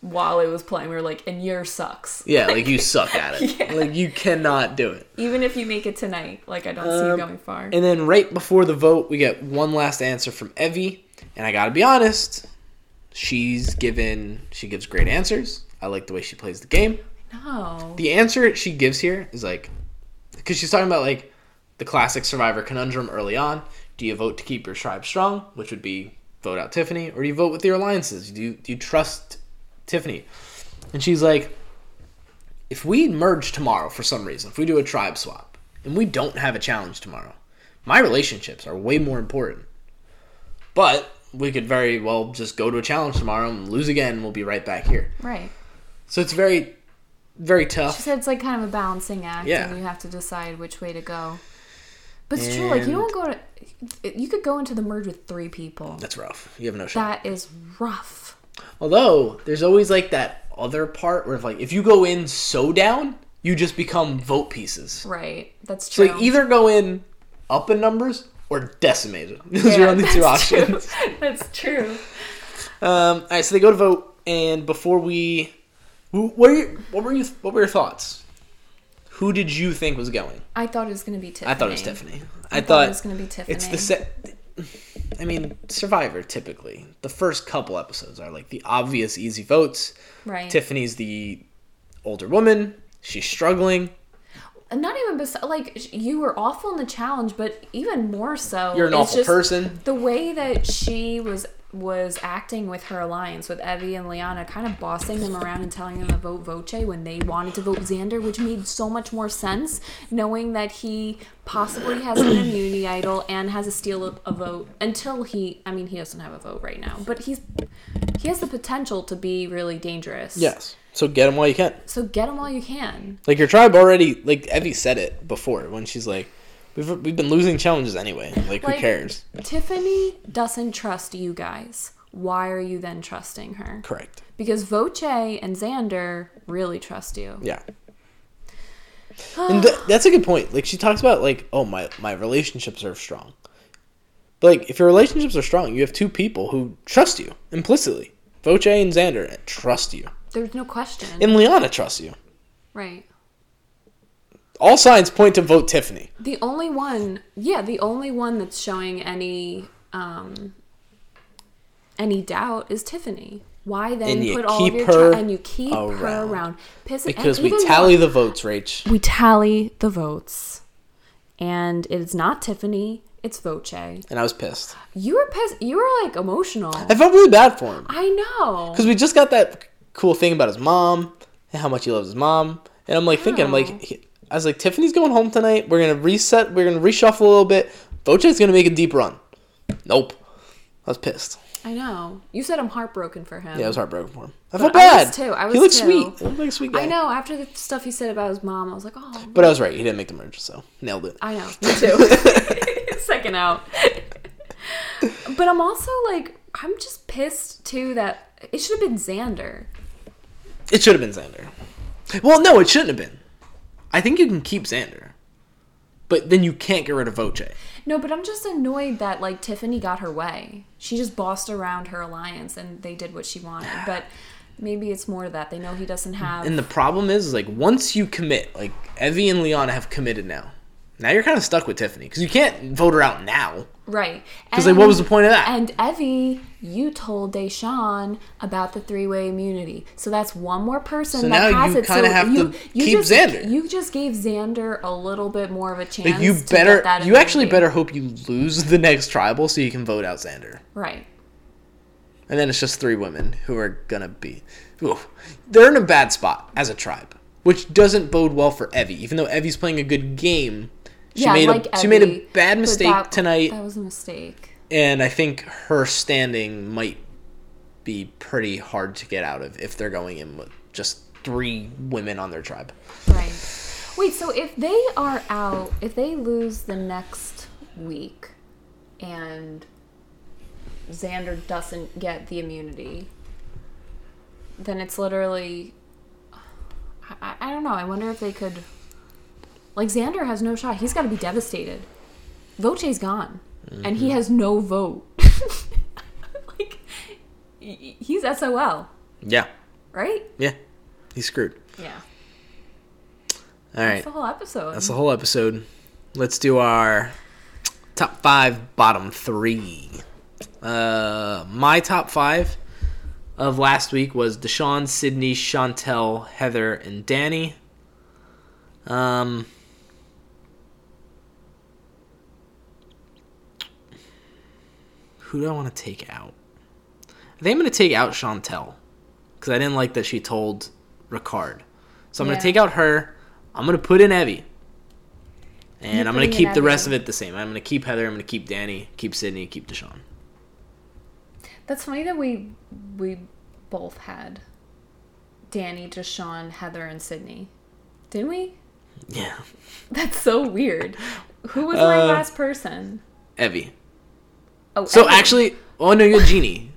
Speaker 4: while it was playing. We were like, and yours sucks.
Speaker 3: Yeah, like you suck at it. Like you cannot do it.
Speaker 4: Even if you make it tonight, like, I don't see you
Speaker 3: Um,
Speaker 4: going far.
Speaker 3: And then right before the vote, we get one last answer from Evie, and I gotta be honest, she's given she gives great answers. I like the way she plays the game.
Speaker 4: no.
Speaker 3: The answer she gives here is like, because she's talking about like the classic Survivor conundrum early on. Do you vote to keep your tribe strong, which would be vote out Tiffany, or do you vote with your alliances? Do you, do you trust Tiffany? And she's like, if we merge tomorrow for some reason, if we do a tribe swap, and we don't have a challenge tomorrow, my relationships are way more important. But we could very well just go to a challenge tomorrow and lose again. And we'll be right back here.
Speaker 4: right.
Speaker 3: So it's very, very tough.
Speaker 4: She said it's like kind of a balancing act,
Speaker 3: Yeah.
Speaker 4: and you have to decide which way to go. But it's true. Like you don't
Speaker 3: And-
Speaker 4: go to. You could go into the merge with three people.
Speaker 3: That's rough. You have no shot.
Speaker 4: That is rough.
Speaker 3: Although there's always like that other part where if, like if you go in so down, you just become vote pieces.
Speaker 4: Right. That's
Speaker 3: So
Speaker 4: true.
Speaker 3: like either go in up in numbers or decimated. Those are
Speaker 4: Yeah,
Speaker 3: only two
Speaker 4: that's true.
Speaker 3: options.
Speaker 4: that's true.
Speaker 3: Um, all right, so they go to vote, and before we, wh- what are you, what were you, what were your thoughts? Who did you think was going?
Speaker 4: I thought it was gonna be Tiffany.
Speaker 3: I thought it was Tiffany. I,
Speaker 4: I
Speaker 3: thought,
Speaker 4: thought it was gonna be Tiffany.
Speaker 3: it's the set. I mean, Survivor typically the first couple episodes are like the obvious easy votes.
Speaker 4: right.
Speaker 3: Tiffany's the older woman. She's struggling.
Speaker 4: And not even bes- like sh- you were awful in the challenge, but even more so.
Speaker 3: You're an
Speaker 4: it's
Speaker 3: awful
Speaker 4: just
Speaker 3: person.
Speaker 4: The way that she was was acting with her alliance with Evie and Liana, kind of bossing them around and telling them to vote Voce when they wanted to vote Xander, which made so much more sense, knowing that he possibly has an immunity idol and has a steal of a vote until he. I mean, he doesn't have a vote right now, but he's he has the potential to be really dangerous.
Speaker 3: Yes. So get him while you can.
Speaker 4: So get him while you can.
Speaker 3: Like your tribe already. Like Evie said it before when she's like, "We've we've been losing challenges anyway. Like,
Speaker 4: Like-
Speaker 3: who cares?"
Speaker 4: Tiffany doesn't trust you guys. Why are you then trusting her?
Speaker 3: Correct.
Speaker 4: Because Voce and Xander really trust you.
Speaker 3: Yeah. and th- that's a good point. Like she talks about like, oh my my relationships are strong. But like if your relationships are strong, you have two people who trust you implicitly. Voce and Xander trust you.
Speaker 4: There's no question.
Speaker 3: And Liana trusts you.
Speaker 4: right.
Speaker 3: All signs point to vote Tiffany.
Speaker 4: The only one, yeah, the only one that's showing any um any doubt is Tiffany. Why then
Speaker 3: And you
Speaker 4: put all of
Speaker 3: keep
Speaker 4: your
Speaker 3: her
Speaker 4: chi- and you keep her
Speaker 3: around.
Speaker 4: around Piss- and
Speaker 3: Because we
Speaker 4: even
Speaker 3: tally
Speaker 4: more-
Speaker 3: the votes, Rach.
Speaker 4: we tally the votes, and it is not Tiffany, it's Voce.
Speaker 3: And I was pissed.
Speaker 4: You were pissed. You were like emotional.
Speaker 3: I felt really bad for him.
Speaker 4: I know.
Speaker 3: Because we just got that cool thing about his mom and how much he loves his mom. And I'm like thinking, I'm
Speaker 4: Wow.
Speaker 3: like, he- I was like, Tiffany's going home tonight. We're gonna reset. We're gonna reshuffle a little bit. Voce's gonna make a deep run. Nope. I was pissed.
Speaker 4: I know. You said I'm heartbroken for him.
Speaker 3: Yeah, I was heartbroken for him.
Speaker 4: But
Speaker 3: I felt
Speaker 4: I was
Speaker 3: bad
Speaker 4: too. I was
Speaker 3: he looked
Speaker 4: too.
Speaker 3: sweet. He looked like a sweet guy.
Speaker 4: I know. After the stuff he said about his mom, I was like, oh.
Speaker 3: But I was right. He didn't make the merge, so nailed it.
Speaker 4: I know. Me too. Second out. but I'm also like, I'm just pissed too that it should have been Xander.
Speaker 3: It should have been Xander. Well, no, it shouldn't have been. I think you can keep Xander, but then you can't get rid of Voce.
Speaker 4: No, but I'm just annoyed that like Tiffany got her way. She just bossed around her alliance and they did what she wanted. But maybe it's more that they know he doesn't have.
Speaker 3: And the problem is, is like once you commit, like Evie and Leon have committed now. Now you're kind of stuck with Tiffany because you can't vote her out now.
Speaker 4: Right.
Speaker 3: 'Cause, like, what was the point of that?
Speaker 4: And Evie, you told Deshawn about the three-way immunity, so that's one more person
Speaker 3: So
Speaker 4: that
Speaker 3: now
Speaker 4: has
Speaker 3: you
Speaker 4: it. So
Speaker 3: kinda have
Speaker 4: you,
Speaker 3: to
Speaker 4: you
Speaker 3: keep
Speaker 4: just,
Speaker 3: Xander.
Speaker 4: You just gave Xander a little bit more of a chance.
Speaker 3: Like you
Speaker 4: to
Speaker 3: better,
Speaker 4: get that
Speaker 3: you actually
Speaker 4: immunity.
Speaker 3: better hope you lose the next tribal so you can vote out Xander.
Speaker 4: Right.
Speaker 3: And then it's just three women who are gonna be, oof, they're in a bad spot as a tribe, which doesn't bode well for Evie. Even though Evie's playing a good game, she
Speaker 4: yeah,
Speaker 3: made
Speaker 4: like
Speaker 3: a she made a
Speaker 4: Evie,
Speaker 3: bad
Speaker 4: but
Speaker 3: mistake
Speaker 4: that-
Speaker 3: tonight.
Speaker 4: That was a mistake.
Speaker 3: and I think her standing might be pretty hard to get out of if they're going in with just three women on their tribe.
Speaker 4: Right. Wait. So if they are out, if they lose the next week, and Xander doesn't get the immunity, then it's literally. I- I, I don't know. I wonder if they could. Like Xander has no shot. He's got to be devastated. Voce's gone, and he has no vote. like he- he's SOL,
Speaker 3: Yeah,
Speaker 4: right?
Speaker 3: yeah, he's screwed.
Speaker 4: Yeah.
Speaker 3: All
Speaker 4: That's
Speaker 3: right,
Speaker 4: the whole episode.
Speaker 3: that's the whole episode. Let's do our top five, bottom three. Uh, my top five of last week was Deshaun, Sydney, Chantel, Heather, and Danny. Um, who do I want to take out? I think I'm going to take out Chantel because I didn't like that she told Ricard. So I'm going
Speaker 4: Yeah.
Speaker 3: to take out her. I'm going to put in Evie.
Speaker 4: You're
Speaker 3: And I'm going to
Speaker 4: putting in
Speaker 3: keep the
Speaker 4: Evie.
Speaker 3: rest of it the same. I'm going to keep Heather. I'm going to keep Danny. Keep Sydney. Keep Deshaun.
Speaker 4: That's funny that we we both had Danny, Deshaun, Heather, and Sydney. Didn't we?
Speaker 3: Yeah.
Speaker 4: That's so weird. Who was my
Speaker 3: Uh,
Speaker 4: last person?
Speaker 3: Evie.
Speaker 4: Oh,
Speaker 3: So
Speaker 4: Ellen.
Speaker 3: actually, oh no, you're Jeannie.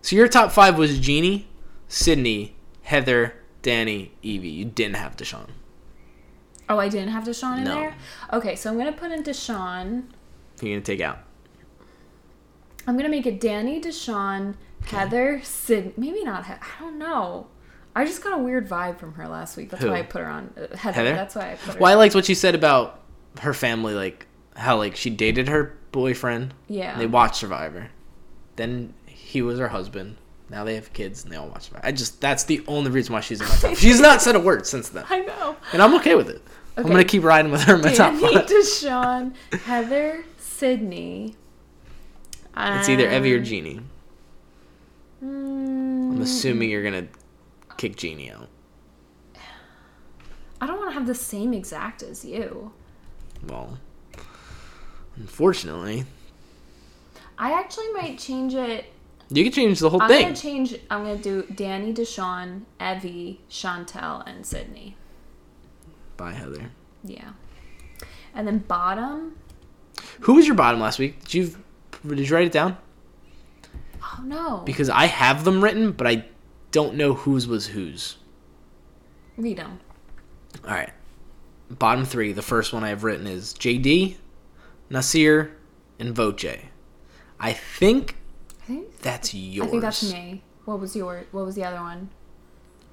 Speaker 3: So your top five was Jeannie, Sydney, Heather, Danny, Evie. You didn't have Deshaun.
Speaker 4: Oh, I didn't have Deshaun in
Speaker 3: No.
Speaker 4: there. Okay, so I'm gonna put in Deshaun.
Speaker 3: Who are you gonna take out?
Speaker 4: I'm gonna make it Danny, Deshaun, Heather, Sid. Maybe not. He- I don't know. I just got a weird vibe from her last week. That's
Speaker 3: Who?
Speaker 4: why I put her on uh, Heather.
Speaker 3: Heather?
Speaker 4: That's why I put her.
Speaker 3: Well, I liked what you said about her family, like how like she dated her boyfriend.
Speaker 4: Yeah.
Speaker 3: They watched Survivor. Then he was her husband. Now they have kids and they all watch Survivor. I just that's the only reason why she's in my top. she's not said a word since then,
Speaker 4: I know.
Speaker 3: and I'm okay with it. I'm
Speaker 4: Okay.
Speaker 3: gonna keep riding with her in my top
Speaker 4: Danny,
Speaker 3: five.
Speaker 4: Deshaun, Heather, Sydney.
Speaker 3: It's either Evie or
Speaker 4: Um,
Speaker 3: Jeannie.
Speaker 4: mm,
Speaker 3: I'm assuming you're gonna kick Jeannie out.
Speaker 4: I don't want to have the same exact as you.
Speaker 3: Well, unfortunately,
Speaker 4: I actually might change it.
Speaker 3: you can change the whole
Speaker 4: I'm
Speaker 3: thing.
Speaker 4: gonna change. I'm gonna do Danny, Deshaun, Evie, Chantel, and Sydney.
Speaker 3: Bye, Heather.
Speaker 4: Yeah. And then bottom.
Speaker 3: Who was your bottom last week? Did you did you write it down?
Speaker 4: Oh no.
Speaker 3: Because I have them written, but I don't know whose was whose.
Speaker 4: Read them.
Speaker 3: All right, bottom three. The first one I have written is JD, Nasir, and Voce. I think
Speaker 4: I think
Speaker 3: that's yours.
Speaker 4: I think that's me. What was your what was the other one?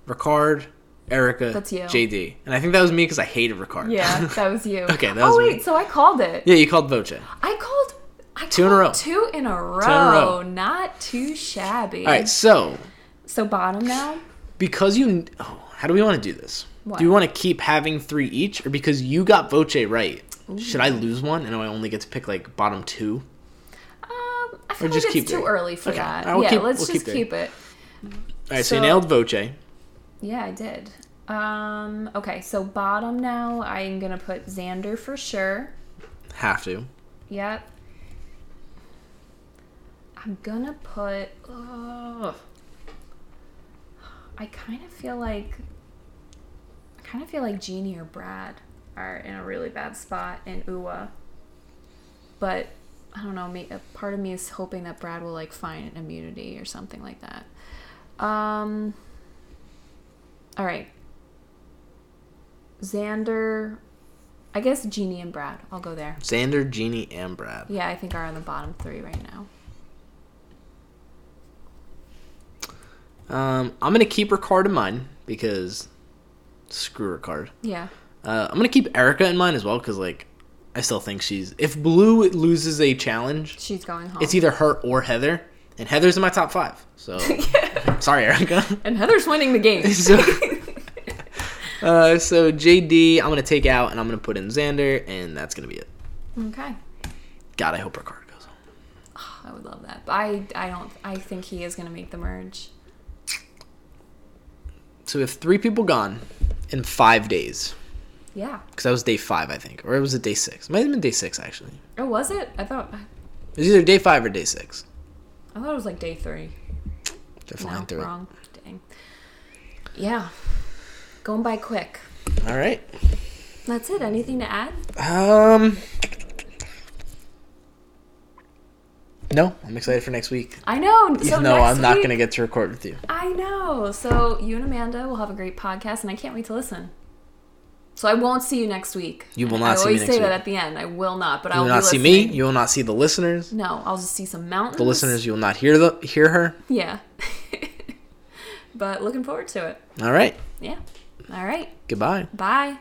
Speaker 3: Ricard, Erica,
Speaker 4: That's you.
Speaker 3: JD, and I think that was me because I hated Ricard.
Speaker 4: that was you.
Speaker 3: Okay, that
Speaker 4: Oh
Speaker 3: was
Speaker 4: wait,
Speaker 3: me.
Speaker 4: so I called it.
Speaker 3: yeah, you called Voce.
Speaker 4: I called I
Speaker 3: Two in a
Speaker 4: called
Speaker 3: row.
Speaker 4: Two in a row.
Speaker 3: row.
Speaker 4: Not too shabby. Um,
Speaker 3: All right, so
Speaker 4: So bottom now?
Speaker 3: because you oh, how do we want to do this
Speaker 4: What?
Speaker 3: do we want to keep having three each or because you got voce right should i lose one and i only get to pick like bottom two
Speaker 4: Um I feel
Speaker 3: just
Speaker 4: like
Speaker 3: keep
Speaker 4: it's too
Speaker 3: three.
Speaker 4: early for
Speaker 3: Okay,
Speaker 4: that.
Speaker 3: I will
Speaker 4: yeah,
Speaker 3: keep-
Speaker 4: let's
Speaker 3: we'll keep
Speaker 4: just
Speaker 3: three.
Speaker 4: keep it.
Speaker 3: all right so, you
Speaker 4: So-
Speaker 3: nailed voce
Speaker 4: Yeah, I did. Um okay, so bottom now I'm gonna put Xander for sure.
Speaker 3: have to
Speaker 4: Yep. I'm gonna put. Ugh. I kind of feel like. I kind of feel like Jeannie or Brad are in a really bad spot in Uwa. But I don't know. May, a part of me is hoping that Brad will like find immunity or something like that. Um. All right. Xander. I guess Jeannie and Brad. I'll go there.
Speaker 3: xander jeannie and brad
Speaker 4: Yeah, I think are on the bottom three right now.
Speaker 3: um i'm gonna keep ricard in mind because screw ricard
Speaker 4: Yeah.
Speaker 3: uh, i'm gonna keep erica in mind as well because like i still think she's if blue loses a challenge
Speaker 4: She's going home.
Speaker 3: it's either her or heather and heather's in my top five so sorry erica
Speaker 4: and Heather's winning the game.
Speaker 3: so, uh, so JD, I'm gonna take out and I'm gonna put in Xander, and that's gonna be it.
Speaker 4: okay.
Speaker 3: God, I hope Ricard goes home.
Speaker 4: I would love that. But I I don't I think he is gonna make the merge.
Speaker 3: So we have three people gone in five days,
Speaker 4: Yeah.
Speaker 3: because that was day five, I think, or it was it day six? It might have been day six actually.
Speaker 4: Oh, was it? I thought
Speaker 3: It was either day five or day six.
Speaker 4: I thought it was like day three.
Speaker 3: They're flying
Speaker 4: No,
Speaker 3: through
Speaker 4: wrong. Dang. Yeah. Going by quick.
Speaker 3: it. All right.
Speaker 4: That's it. Anything to add?
Speaker 3: Um. No, I'm excited for next week.
Speaker 4: I know. So
Speaker 3: Even though
Speaker 4: next
Speaker 3: I'm not
Speaker 4: week-
Speaker 3: gonna get to record with you.
Speaker 4: I know. So you and Amanda will have a great podcast, and I can't wait to listen. So I won't see you next week.
Speaker 3: You will
Speaker 4: And
Speaker 3: not
Speaker 4: I
Speaker 3: see me
Speaker 4: always
Speaker 3: next
Speaker 4: say that
Speaker 3: week.
Speaker 4: at the end. I will not, but
Speaker 3: You
Speaker 4: I'll
Speaker 3: will
Speaker 4: be
Speaker 3: not see
Speaker 4: listening.
Speaker 3: me. You will not see the listeners.
Speaker 4: No, I'll just see some mountains.
Speaker 3: The listeners, you will not hear the hear her.
Speaker 4: Yeah. but looking forward to it.
Speaker 3: All right.
Speaker 4: Yeah. All right.
Speaker 3: Goodbye.
Speaker 4: Bye.